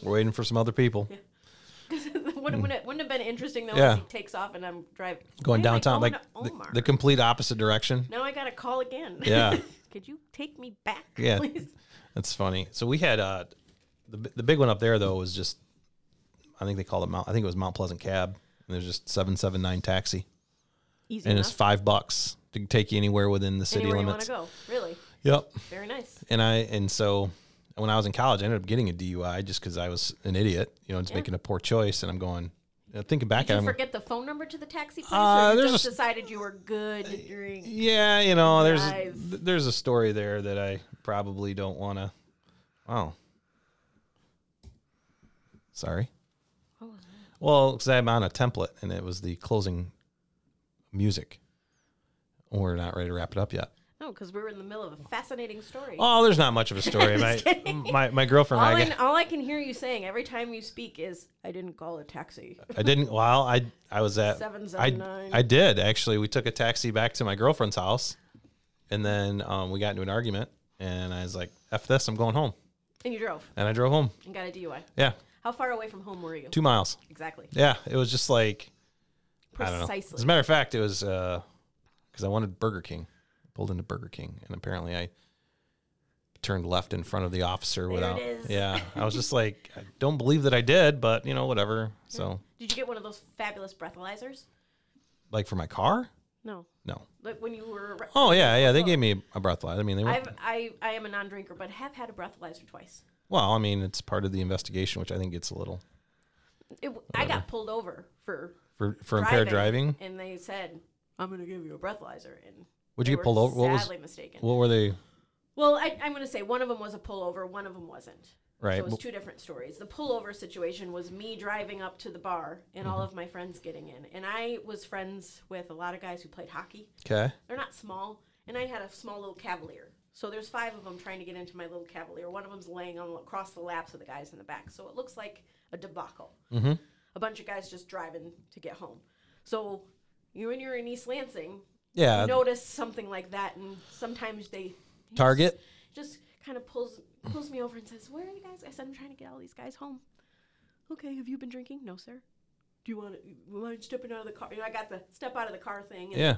Speaker 2: "We're waiting for some other people."
Speaker 3: wouldn't, wouldn't, it, wouldn't have been interesting though
Speaker 2: Yeah.
Speaker 3: if he takes off and I'm driving
Speaker 2: Going
Speaker 3: Why am I
Speaker 2: downtown,
Speaker 3: going
Speaker 2: like
Speaker 3: to
Speaker 2: the,
Speaker 3: Omar?
Speaker 2: the complete opposite direction.
Speaker 3: now I got to call again.
Speaker 2: Yeah.
Speaker 3: Could you take me back,
Speaker 2: Yeah.
Speaker 3: please?
Speaker 2: That's funny. So we had uh, the b- the big one up there though was just, I think they called it Mount. I think it was Mount Pleasant Cab. And there's just seven seven nine taxi,
Speaker 3: Easy
Speaker 2: and
Speaker 3: enough.
Speaker 2: it's five bucks to take you anywhere within the city
Speaker 3: Anywhere
Speaker 2: limits.
Speaker 3: you want to go, really?
Speaker 2: Yep.
Speaker 3: Very nice.
Speaker 2: And I and so when I was in college, I ended up getting a DUI just because I was an idiot, you know, just making a poor choice. And I'm going you know, thinking back
Speaker 3: Did
Speaker 2: at
Speaker 3: you
Speaker 2: him.
Speaker 3: forget the phone number to the taxi place,
Speaker 2: Uh,
Speaker 3: or you
Speaker 2: there's
Speaker 3: just
Speaker 2: a s-
Speaker 3: decided you were good to drink?
Speaker 2: Yeah, you know, there's
Speaker 3: Drive.
Speaker 2: th- there's a story there that I probably don't want to. Oh, sorry.
Speaker 3: Oh,
Speaker 2: Well, because I'm on a template and it was the closing music. We're not ready to wrap it up yet.
Speaker 3: No, because we were in the middle of a fascinating story.
Speaker 2: Oh, there's not much of a story. my, my my girlfriend
Speaker 3: all,
Speaker 2: and I,
Speaker 3: I,
Speaker 2: got-
Speaker 3: all I can hear you saying every time you speak is, I didn't call a taxi.
Speaker 2: I didn't. Well, I I was at
Speaker 3: Seven,
Speaker 2: I,
Speaker 3: seven, nine.
Speaker 2: I did actually. We took a taxi back to my girlfriend's house, and then um, we got into an argument, and I was like, "F this, I'm going home,"
Speaker 3: And you drove
Speaker 2: and I drove home.
Speaker 3: and got a DUI.
Speaker 2: Yeah,
Speaker 3: How far away from home were you?
Speaker 2: two miles.
Speaker 3: Exactly.
Speaker 2: Yeah, it was just like I don't know. As
Speaker 3: Precisely.
Speaker 2: a matter of fact, it was because I wanted Burger King. Pulled into Burger King, and apparently I turned left in front of the officer without.
Speaker 3: is.
Speaker 2: Yeah, I was just like, I don't believe that I did, but you know, whatever. So,
Speaker 3: Did you get one of those fabulous breathalyzers?
Speaker 2: like for my car,
Speaker 3: No.
Speaker 2: no.
Speaker 3: Like when you were.
Speaker 2: Oh yeah, yeah. They gave me a breathalyzer. I mean, they were
Speaker 3: I've, I, I am a non drinker, but have had a breathalyzer twice.
Speaker 2: well. I mean, it's part of the investigation, which I think gets a little
Speaker 3: It, I got pulled over for
Speaker 2: for for impaired driving.
Speaker 3: And they said, I'm going to give you a breathalyzer. And
Speaker 2: Would
Speaker 3: they
Speaker 2: you
Speaker 3: were
Speaker 2: get pulled over? What was?
Speaker 3: Sadly mistaken.
Speaker 2: What were they?
Speaker 3: Well, I, I'm going to say one of them was a pullover, one of them wasn't.
Speaker 2: Right.
Speaker 3: So it was two different stories. The pullover situation was me driving up to the bar and all of my friends getting in. And I was friends with a lot of guys who played hockey.
Speaker 2: Okay.
Speaker 3: They're not small. And I had a small little Cavalier. So there's five of them trying to get into my little Cavalier. One of them's laying on across the laps of the guys in the back. So it looks like a debacle. Mm-hmm. A bunch of guys just driving to get home. So you and you're in East Lansing,
Speaker 2: Yeah.
Speaker 3: notice something like that. And sometimes they
Speaker 2: Target.
Speaker 3: just kind of pulls pulls me over and says, "Where are you guys?" I said, "I'm trying to get all these guys home." Okay, have you been drinking? No, sir. Do you want to mind stepping out of the car? You know, I got the step out of the car thing and
Speaker 2: Yeah.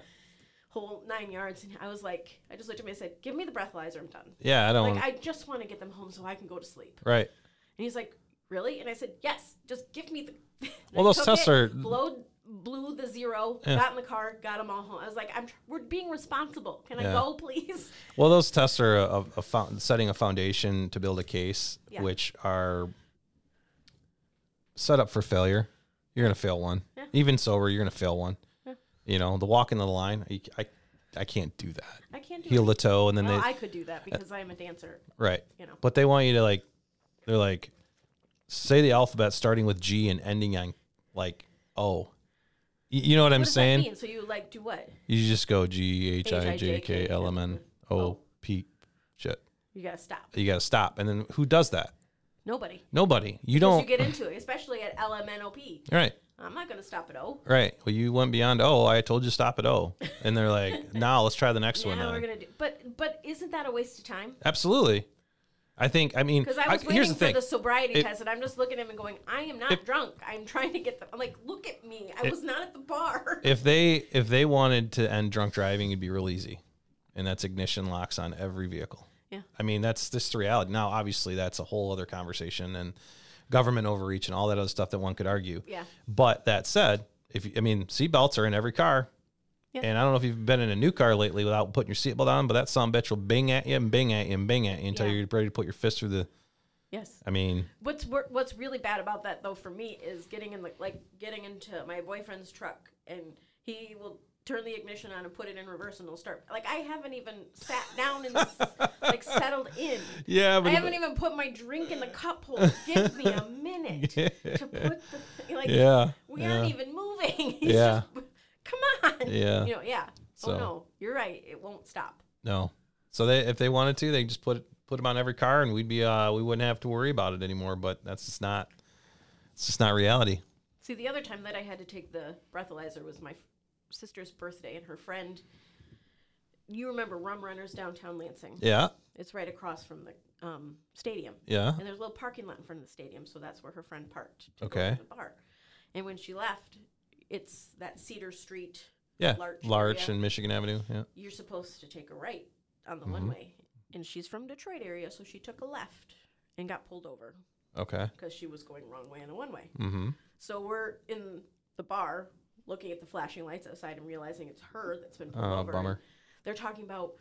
Speaker 3: whole nine yards, and I was like, I just looked at him and I said, "Give me the breathalyzer. I'm done."
Speaker 2: Yeah. I don't.
Speaker 3: Like, I just want to get them home so I can go to sleep.
Speaker 2: right.
Speaker 3: And he's like, "Really?" And I said, "Yes. Just give me the." And
Speaker 2: Well,
Speaker 3: I
Speaker 2: those
Speaker 3: took
Speaker 2: tests
Speaker 3: it,
Speaker 2: are-
Speaker 3: blowed blew the zero,
Speaker 2: Yeah.
Speaker 3: got in the car, got them all home. I was like, I'm tr- we're being responsible. Can
Speaker 2: Yeah.
Speaker 3: I go, please?
Speaker 2: Well, those tests are a, a, a found, setting a foundation to build a case,
Speaker 3: Yeah.
Speaker 2: which are set up for failure. You're going to fail one. Even sober, you're going to fail one. You know, the walk in the line, I, I, I can't do that.
Speaker 3: I can't do
Speaker 2: Heel
Speaker 3: it.
Speaker 2: to toe, and then
Speaker 3: Well,
Speaker 2: they,
Speaker 3: I could do that because I am a dancer.
Speaker 2: right.
Speaker 3: you know.
Speaker 2: But they want you to, like, they're like, say the alphabet starting with G and ending on, like, O. Y- You know what, I'm
Speaker 3: what does
Speaker 2: saying?
Speaker 3: that mean? So you like do what?
Speaker 2: You just go G H I J K L M N O
Speaker 3: Oh.
Speaker 2: P. Shit.
Speaker 3: You gotta stop.
Speaker 2: You got to stop. And then who does that?
Speaker 3: Nobody.
Speaker 2: Nobody. You
Speaker 3: Because
Speaker 2: don't.
Speaker 3: you get into it, especially at LMNOP.
Speaker 2: right.
Speaker 3: I'm not gonna stop at O.
Speaker 2: Right. Well, you went beyond O. I told you stop at O. And they're like, nah, let's try the next one.
Speaker 3: Now
Speaker 2: then."
Speaker 3: we're gonna do. But but isn't that a waste of time?
Speaker 2: Absolutely. I think, I mean,
Speaker 3: Because I was
Speaker 2: here's
Speaker 3: waiting
Speaker 2: the
Speaker 3: for
Speaker 2: thing.
Speaker 3: the sobriety
Speaker 2: It-
Speaker 3: test, and I'm just looking at him and going, I am not drunk. I'm trying to get the. I'm like, look at me. I was not at the bar.
Speaker 2: if they if they wanted to end drunk driving, it'd be real easy, and that's ignition locks on every vehicle.
Speaker 3: Yeah.
Speaker 2: I mean that's just the reality. Now, obviously, that's a whole other conversation and government overreach and all that other stuff that one could argue.
Speaker 3: Yeah.
Speaker 2: But that said, if you, I mean seatbelts are in every car,
Speaker 3: Yeah.
Speaker 2: and I don't know if you've been in a new car lately without putting your seatbelt on, but that some bitch will bing at you and bing at you and bing at you until
Speaker 3: Yeah.
Speaker 2: you're ready to put your fist through the.
Speaker 3: Yes.
Speaker 2: I mean,
Speaker 3: What's wor- what's really bad about that though for me is getting in the like getting into my boyfriend's truck and he will turn the ignition on and put it in reverse and it'll start. Like I haven't even sat down and s- like settled in.
Speaker 2: yeah,
Speaker 3: I haven't even put my drink in the cup holder. Give me a minute to put the like.
Speaker 2: yeah,
Speaker 3: We
Speaker 2: yeah.
Speaker 3: aren't even moving. He's
Speaker 2: Yeah.
Speaker 3: Just, come on.
Speaker 2: Yeah.
Speaker 3: You know, yeah.
Speaker 2: So-
Speaker 3: Oh no, you're right. It won't stop.
Speaker 2: No. So they, if they wanted to, they just put put them on every car, and we'd be uh, we wouldn't have to worry about it anymore. But that's just not it's just not reality.
Speaker 3: See, the other time that I had to take the breathalyzer was my f- sister's birthday, and her friend. You remember Rum Runners downtown Lansing?
Speaker 2: Yeah,
Speaker 3: It's right across from the um, stadium.
Speaker 2: yeah,
Speaker 3: And there's a little parking lot in front of the stadium, so that's where her friend parked to
Speaker 2: Okay.
Speaker 3: go to the bar. And when she left, it's that Cedar Street.
Speaker 2: yeah. Larch,
Speaker 3: Larch area.
Speaker 2: and Michigan Avenue. Yeah,
Speaker 3: You're supposed to take a right on the
Speaker 2: Mm-hmm.
Speaker 3: one way, and she's from Detroit area, so she took a left and got pulled over
Speaker 2: okay.
Speaker 3: because she was going wrong way on a one way.
Speaker 2: Mm-hmm.
Speaker 3: So we're in the bar looking at the flashing lights outside and realizing it's her that's been pulled
Speaker 2: Oh,
Speaker 3: over.
Speaker 2: bummer.
Speaker 3: They're talking about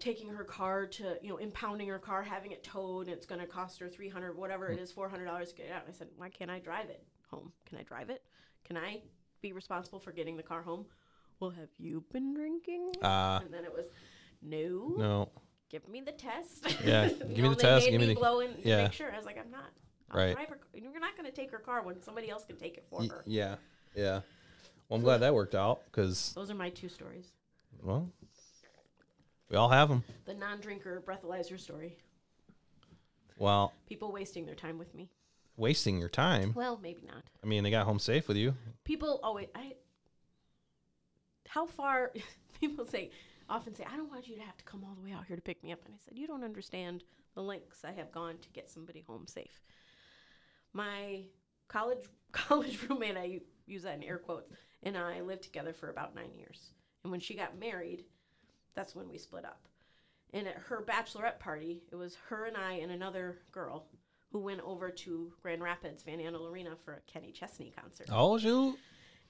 Speaker 3: taking her car to, you know, impounding her car, having it towed, and it's going to cost her 300 whatever
Speaker 2: Mm.
Speaker 3: it is, $400 to get it out. And I said, "Why can't I drive it home? Can I drive it? Can I be responsible for getting the car home?" Well, have you been drinking?
Speaker 2: Uh
Speaker 3: and then it was no,
Speaker 2: no,
Speaker 3: give me the test.
Speaker 2: Yeah,
Speaker 3: You
Speaker 2: give me
Speaker 3: know,
Speaker 2: the
Speaker 3: they
Speaker 2: test,
Speaker 3: made
Speaker 2: give me the-
Speaker 3: blow in to
Speaker 2: yeah.
Speaker 3: make sure. I was like, I'm not. I'll
Speaker 2: Right.
Speaker 3: drive her- You're not going to take her car when somebody else can take it for
Speaker 2: Y-
Speaker 3: her.
Speaker 2: yeah, yeah. Well, I'm glad that worked out because
Speaker 3: Those are my two stories.
Speaker 2: well, we all have them.
Speaker 3: The non-drinker breathalyzer story.
Speaker 2: Well,
Speaker 3: People wasting their time with me.
Speaker 2: wasting your time.
Speaker 3: Well, maybe not.
Speaker 2: I mean, they got home safe with you.
Speaker 3: People always I How far people say often say, "I don't want you to have to come all the way out here to pick me up." And I said, "You don't understand the lengths I have gone to get somebody home safe." My college college roommate, I use that in air quotes, and I lived together for about 9 years. And when she got married, that's when we split up. And at her bachelorette party, it was her and I and another girl who went over to Grand Rapids, Van Andel Arena for a Kenny Chesney concert.
Speaker 2: Oh shoot!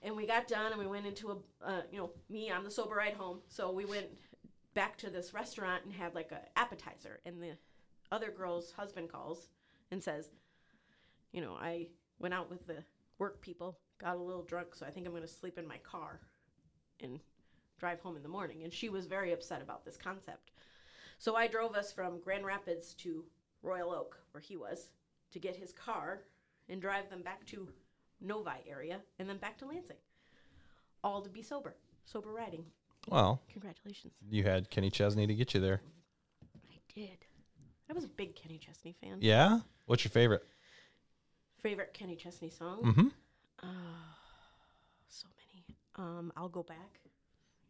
Speaker 3: And we got done and we went into a, uh, you know, me, I'm the sober ride home. So we went back to this restaurant and had like a appetizer. And the other girl's husband calls and says, you know, I went out with the work people, got a little drunk, so I think I'm going to sleep in my car and drive home in the morning. And she was very upset about this concept. So I drove us from Grand Rapids to Royal Oak, where he was, to get his car and drive them back to Novi area and then back to Lansing. All to be sober. Sober riding.
Speaker 2: Well,
Speaker 3: Congratulations.
Speaker 2: you had Kenny Chesney to get you there.
Speaker 3: I did. I was a big Kenny Chesney fan.
Speaker 2: Yeah. What's your favorite?
Speaker 3: Favorite Kenny Chesney song? Ah,
Speaker 2: Mm-hmm.
Speaker 3: So many. Um, I'll go back.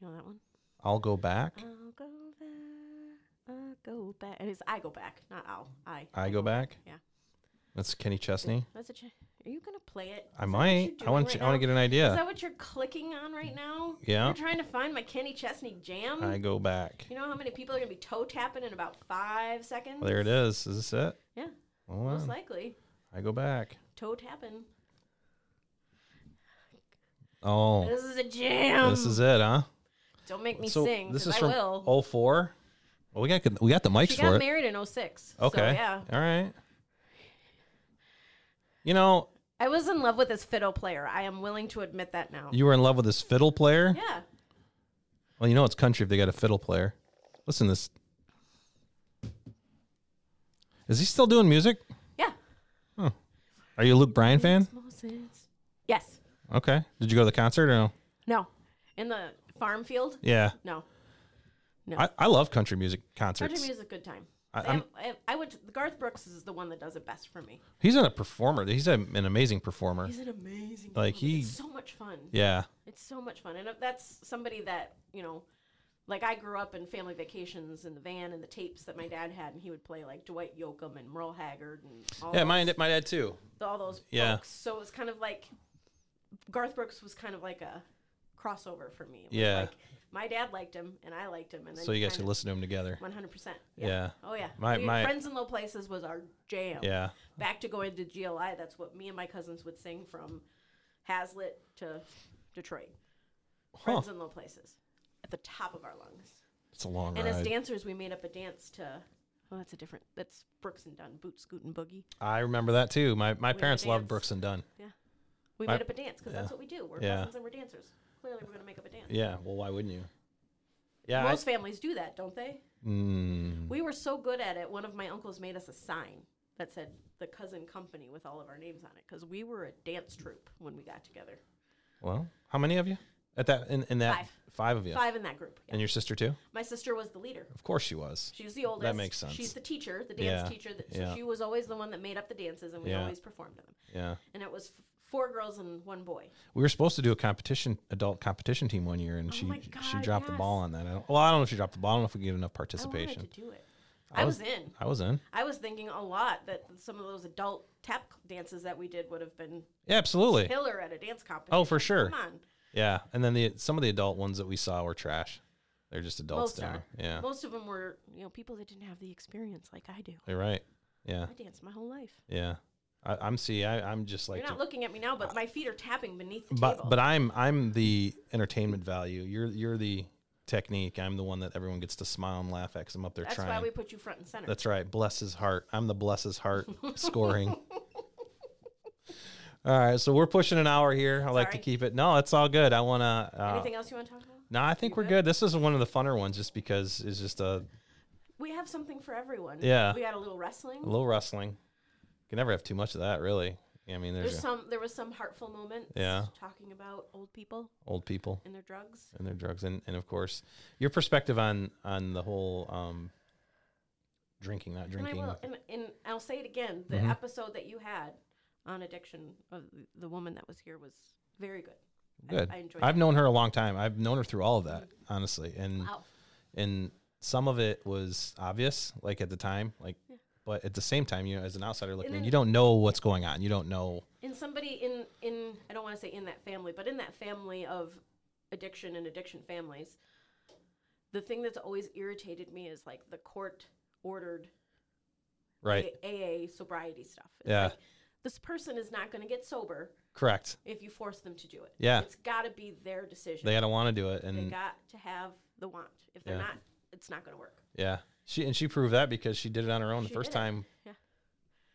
Speaker 3: You know that one?
Speaker 2: I'll go back.
Speaker 3: I'll go back. I'll go back. And it's I go back, not I'll. I.
Speaker 2: I go back.
Speaker 3: Yeah.
Speaker 2: That's Kenny Chesney.
Speaker 3: That's a. Ch- are you gonna play it?
Speaker 2: I
Speaker 3: Is that what
Speaker 2: might.
Speaker 3: you're
Speaker 2: I want.
Speaker 3: doing
Speaker 2: I want to
Speaker 3: right
Speaker 2: get an
Speaker 3: now? Is
Speaker 2: idea.
Speaker 3: that what you're clicking on right now?
Speaker 2: Yeah.
Speaker 3: You're trying to find my Kenny Chesney jam.
Speaker 2: I go back.
Speaker 3: you know how many people are gonna be toe tapping in about five seconds?
Speaker 2: Oh, There it is. Is this it?
Speaker 3: Yeah,
Speaker 2: Oh,
Speaker 3: most
Speaker 2: wow.
Speaker 3: likely
Speaker 2: I go back.
Speaker 3: toe tapping.
Speaker 2: Oh,
Speaker 3: This is a jam.
Speaker 2: this is it, huh?
Speaker 3: Don't make me
Speaker 2: So
Speaker 3: sing.
Speaker 2: this
Speaker 3: 'cause
Speaker 2: is
Speaker 3: I
Speaker 2: from
Speaker 3: will.
Speaker 2: 04? Well, we got we got the mics
Speaker 3: she
Speaker 2: for
Speaker 3: got
Speaker 2: it.
Speaker 3: married in 06.
Speaker 2: Okay.
Speaker 3: So, yeah.
Speaker 2: All right. You know,
Speaker 3: I was in love with this fiddle player. I am willing to admit that now.
Speaker 2: you were in love with this fiddle player.
Speaker 3: yeah.
Speaker 2: Well, you know it's country if they got a fiddle player. Listen to this. Is he still doing music?
Speaker 3: Yeah.
Speaker 2: Are you a Luke Bryan fan?
Speaker 3: Moses. Yes.
Speaker 2: Okay. Did you go to the concert or no?
Speaker 3: No. In the farm field?
Speaker 2: Yeah.
Speaker 3: No.
Speaker 2: I, I love country music concerts.
Speaker 3: Country music, good time.
Speaker 2: I-
Speaker 3: They have- I, I went to Garth Brooks is the one that does it best for me.
Speaker 2: He's not a performer. He's a, an amazing performer.
Speaker 3: He's an amazing. performer.
Speaker 2: Like,
Speaker 3: It's
Speaker 2: he-
Speaker 3: so much fun.
Speaker 2: yeah.
Speaker 3: It's so much fun, and if that's somebody that you know, like I grew up in family vacations in the van and the tapes that my dad had, and he would play like Dwight Yoakam and Merle Haggard and all
Speaker 2: Yeah,
Speaker 3: those,
Speaker 2: my, my dad too.
Speaker 3: all those
Speaker 2: Yeah.
Speaker 3: folks. So it was kind of like Garth Brooks was kind of like a crossover for me. It was
Speaker 2: Yeah.
Speaker 3: like, my dad liked him, and I liked him, and then
Speaker 2: So you guys could listen to him together.
Speaker 3: One hundred percent.
Speaker 2: Yeah.
Speaker 3: Oh yeah.
Speaker 2: My-
Speaker 3: We-
Speaker 2: my-
Speaker 3: friends in low places was our jam.
Speaker 2: Yeah.
Speaker 3: Back to going to GLI. That's what me and my cousins would sing from Hazlitt to Detroit. Friends in low places, at the top of our lungs.
Speaker 2: It's a long
Speaker 3: And as
Speaker 2: ride.
Speaker 3: dancers, we made up a dance to. Oh, that's a different. That's Brooks and Dunn, Boots, Scoot, and Boogie.
Speaker 2: I remember that too. My my
Speaker 3: a
Speaker 2: parents loved
Speaker 3: dance.
Speaker 2: Brooks and Dunn.
Speaker 3: We
Speaker 2: My-
Speaker 3: made up a dance because that's what we do. We're
Speaker 2: Yeah.
Speaker 3: cousins and we're dancers. Clearly, we're going to make up a dance.
Speaker 2: Yeah. Well, why wouldn't you? Yeah. I-
Speaker 3: Most families do that, don't they?
Speaker 2: Mm.
Speaker 3: We were so good at it. One of my uncles made us a sign that said the cousin company with all of our names on it because we were a dance troupe when we got together.
Speaker 2: Well, how many of you at that in, in that
Speaker 3: Five.
Speaker 2: of you
Speaker 3: Five in that group. yeah.
Speaker 2: and your sister too?
Speaker 3: My sister was the leader.
Speaker 2: Of course she was.
Speaker 3: She was the oldest.
Speaker 2: makes sense.
Speaker 3: She's the teacher, the dance
Speaker 2: Yeah,
Speaker 3: teacher. That, so
Speaker 2: yeah.
Speaker 3: she was always the one that made up the dances, and we
Speaker 2: Yeah.
Speaker 3: always performed them.
Speaker 2: Yeah.
Speaker 3: And it was f- four girls and one boy.
Speaker 2: We were supposed to do a competition, adult competition team one year, and she
Speaker 3: Oh my
Speaker 2: she
Speaker 3: God,
Speaker 2: dropped the ball
Speaker 3: yes.
Speaker 2: on that. I don't, well, I don't know if she dropped the ball. I don't know if we get enough
Speaker 3: Oh, I wanted
Speaker 2: participation.
Speaker 3: to do it. I was, in.
Speaker 2: I was in.
Speaker 3: I was thinking a lot that some of those adult tap dances that we did would have been
Speaker 2: Yeah, absolutely.
Speaker 3: killer at a dance competition.
Speaker 2: Oh, for sure.
Speaker 3: Come on.
Speaker 2: Yeah, and then the some of the adult ones that we saw were trash. They're just adults
Speaker 3: Most
Speaker 2: now.
Speaker 3: are.
Speaker 2: Yeah,
Speaker 3: Most of them were, you know, people that didn't have the experience like I do.
Speaker 2: you're right. Yeah,
Speaker 3: I danced my whole life.
Speaker 2: yeah. I, I'm see. I, I'm just like, Uh,
Speaker 3: You're not looking at me now, but my feet are tapping beneath the
Speaker 2: but
Speaker 3: table.
Speaker 2: but I'm I'm the entertainment value. You're you're the technique. I'm the one that everyone gets to smile and laugh at because I'm up there
Speaker 3: That's
Speaker 2: trying.
Speaker 3: why we put you front and center.
Speaker 2: That's right. Bless his heart. I'm the bless his heart scoring. all right, so we're pushing an hour here. I like to
Speaker 3: Sorry.
Speaker 2: keep it. No, it's all good. I want to. Uh,
Speaker 3: Anything else you want to talk about?
Speaker 2: no, I think we're good? This is one of the funner ones, just because it's just a,
Speaker 3: We have something for everyone.
Speaker 2: Yeah.
Speaker 3: We had a little wrestling.
Speaker 2: a little wrestling. You can never have too much of that, really. I mean, there's,
Speaker 3: There's
Speaker 2: a-
Speaker 3: some. There was some heartful moments.
Speaker 2: Yeah.
Speaker 3: Talking about old people
Speaker 2: old people
Speaker 3: and their drugs.
Speaker 2: and their drugs, and, and of course, your perspective on on the whole um, drinking, not
Speaker 3: And I
Speaker 2: drinking. Mm-hmm.
Speaker 3: will. And, and I'll say it again. The episode that you had on addiction of the- the woman that was here was very good.
Speaker 2: Good.
Speaker 3: I enjoyed
Speaker 2: have
Speaker 3: it. Mm-hmm.
Speaker 2: known her a long time. I've known her through all of that, honestly, and.
Speaker 3: Wow.
Speaker 2: and some of it was obvious, like at the time, like. But at the same time, you know, as an outsider looking in,
Speaker 3: then-
Speaker 2: you don't know what's going on. You don't know.
Speaker 3: And somebody in in I don't want to say in that family, but in that family of addiction and addiction families, the thing that's always irritated me is like the court ordered
Speaker 2: Right.
Speaker 3: AA sobriety stuff. It's
Speaker 2: Yeah.
Speaker 3: like, this person is not going to get sober
Speaker 2: Correct.
Speaker 3: if you force them to do it.
Speaker 2: Yeah.
Speaker 3: It's got to be their decision.
Speaker 2: They gotta want to do it,
Speaker 3: They
Speaker 2: and
Speaker 3: got to have the want. If they're
Speaker 2: Yeah.
Speaker 3: not, it's not going to work.
Speaker 2: yeah, she and she proved that because she did it on her own the
Speaker 3: She
Speaker 2: first
Speaker 3: did it.
Speaker 2: time.
Speaker 3: Yeah.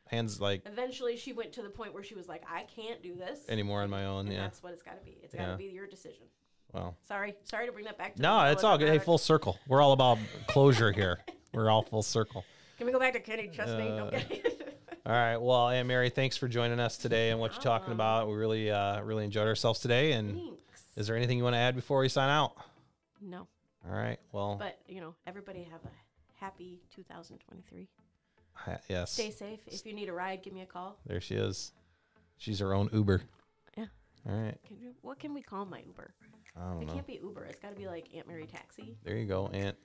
Speaker 2: Hands like
Speaker 3: Eventually, she went to the point where she was like, I can't do this.
Speaker 2: anymore on my own.
Speaker 3: and
Speaker 2: yeah.
Speaker 3: that's what it's got to be. It's got to
Speaker 2: Yeah.
Speaker 3: be your decision.
Speaker 2: Wow.
Speaker 3: Sorry. Sorry to bring that back to the
Speaker 2: No,
Speaker 3: middle
Speaker 2: it's
Speaker 3: of
Speaker 2: all
Speaker 3: the
Speaker 2: good. Hey,
Speaker 3: hour.
Speaker 2: full circle. We're all about closure here. We're all full circle.
Speaker 3: Can we go back to Kenny Chesney?
Speaker 2: Uh,
Speaker 3: Don't get
Speaker 2: All right. Well, Aunt Mary, thanks for joining us today and what you're talking about. We really, uh, really enjoyed ourselves today. And
Speaker 3: Uh-huh. Thanks.
Speaker 2: is there anything you want to add before we sign out?
Speaker 3: No,
Speaker 2: All right. Well,
Speaker 3: but you know, everybody have a happy 2023.
Speaker 2: Ha- yes.
Speaker 3: Stay safe. If you need a ride, give me a call.
Speaker 2: There she is. She's her own Uber.
Speaker 3: Yeah.
Speaker 2: All right.
Speaker 3: Can you, what can we call my Uber?
Speaker 2: I don't
Speaker 3: It
Speaker 2: know.
Speaker 3: can't be Uber. It's got to be like Aunt Mary Taxi.
Speaker 2: There you go, Aunt.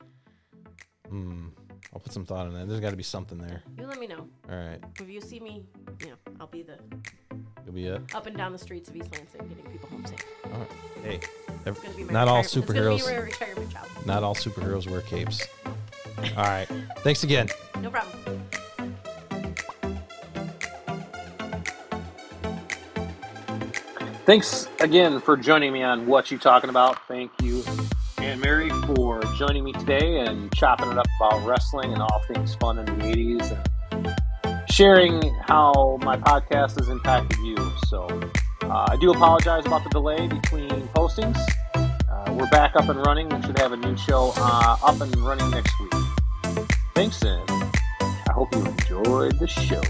Speaker 2: Hmm. I'll put some thought on that. There's got to be something there.
Speaker 3: You let me know
Speaker 2: All right.
Speaker 3: if you see me. You know, I'll be the
Speaker 2: It'll be it.
Speaker 3: up and down the streets of East Lansing getting people home safe.
Speaker 2: All right. Hey.
Speaker 3: It's gonna
Speaker 2: ev-
Speaker 3: be my
Speaker 2: Not all
Speaker 3: retirement- It's gonna be
Speaker 2: superheroes.
Speaker 3: my retirement job.
Speaker 2: Not all superheroes wear capes. All right. Thanks again.
Speaker 3: No problem.
Speaker 4: Bye.
Speaker 1: Thanks again for joining me on What You Talking About. Thank you, Anne Mary, for joining me today and chopping it up about wrestling and all things fun in the 80s and sharing how my podcast has impacted you. So uh, I do apologize about the delay between postings. Uh, we're back up and running. We should have a new show uh, up and running next week. Thanks, and I hope you enjoyed the show.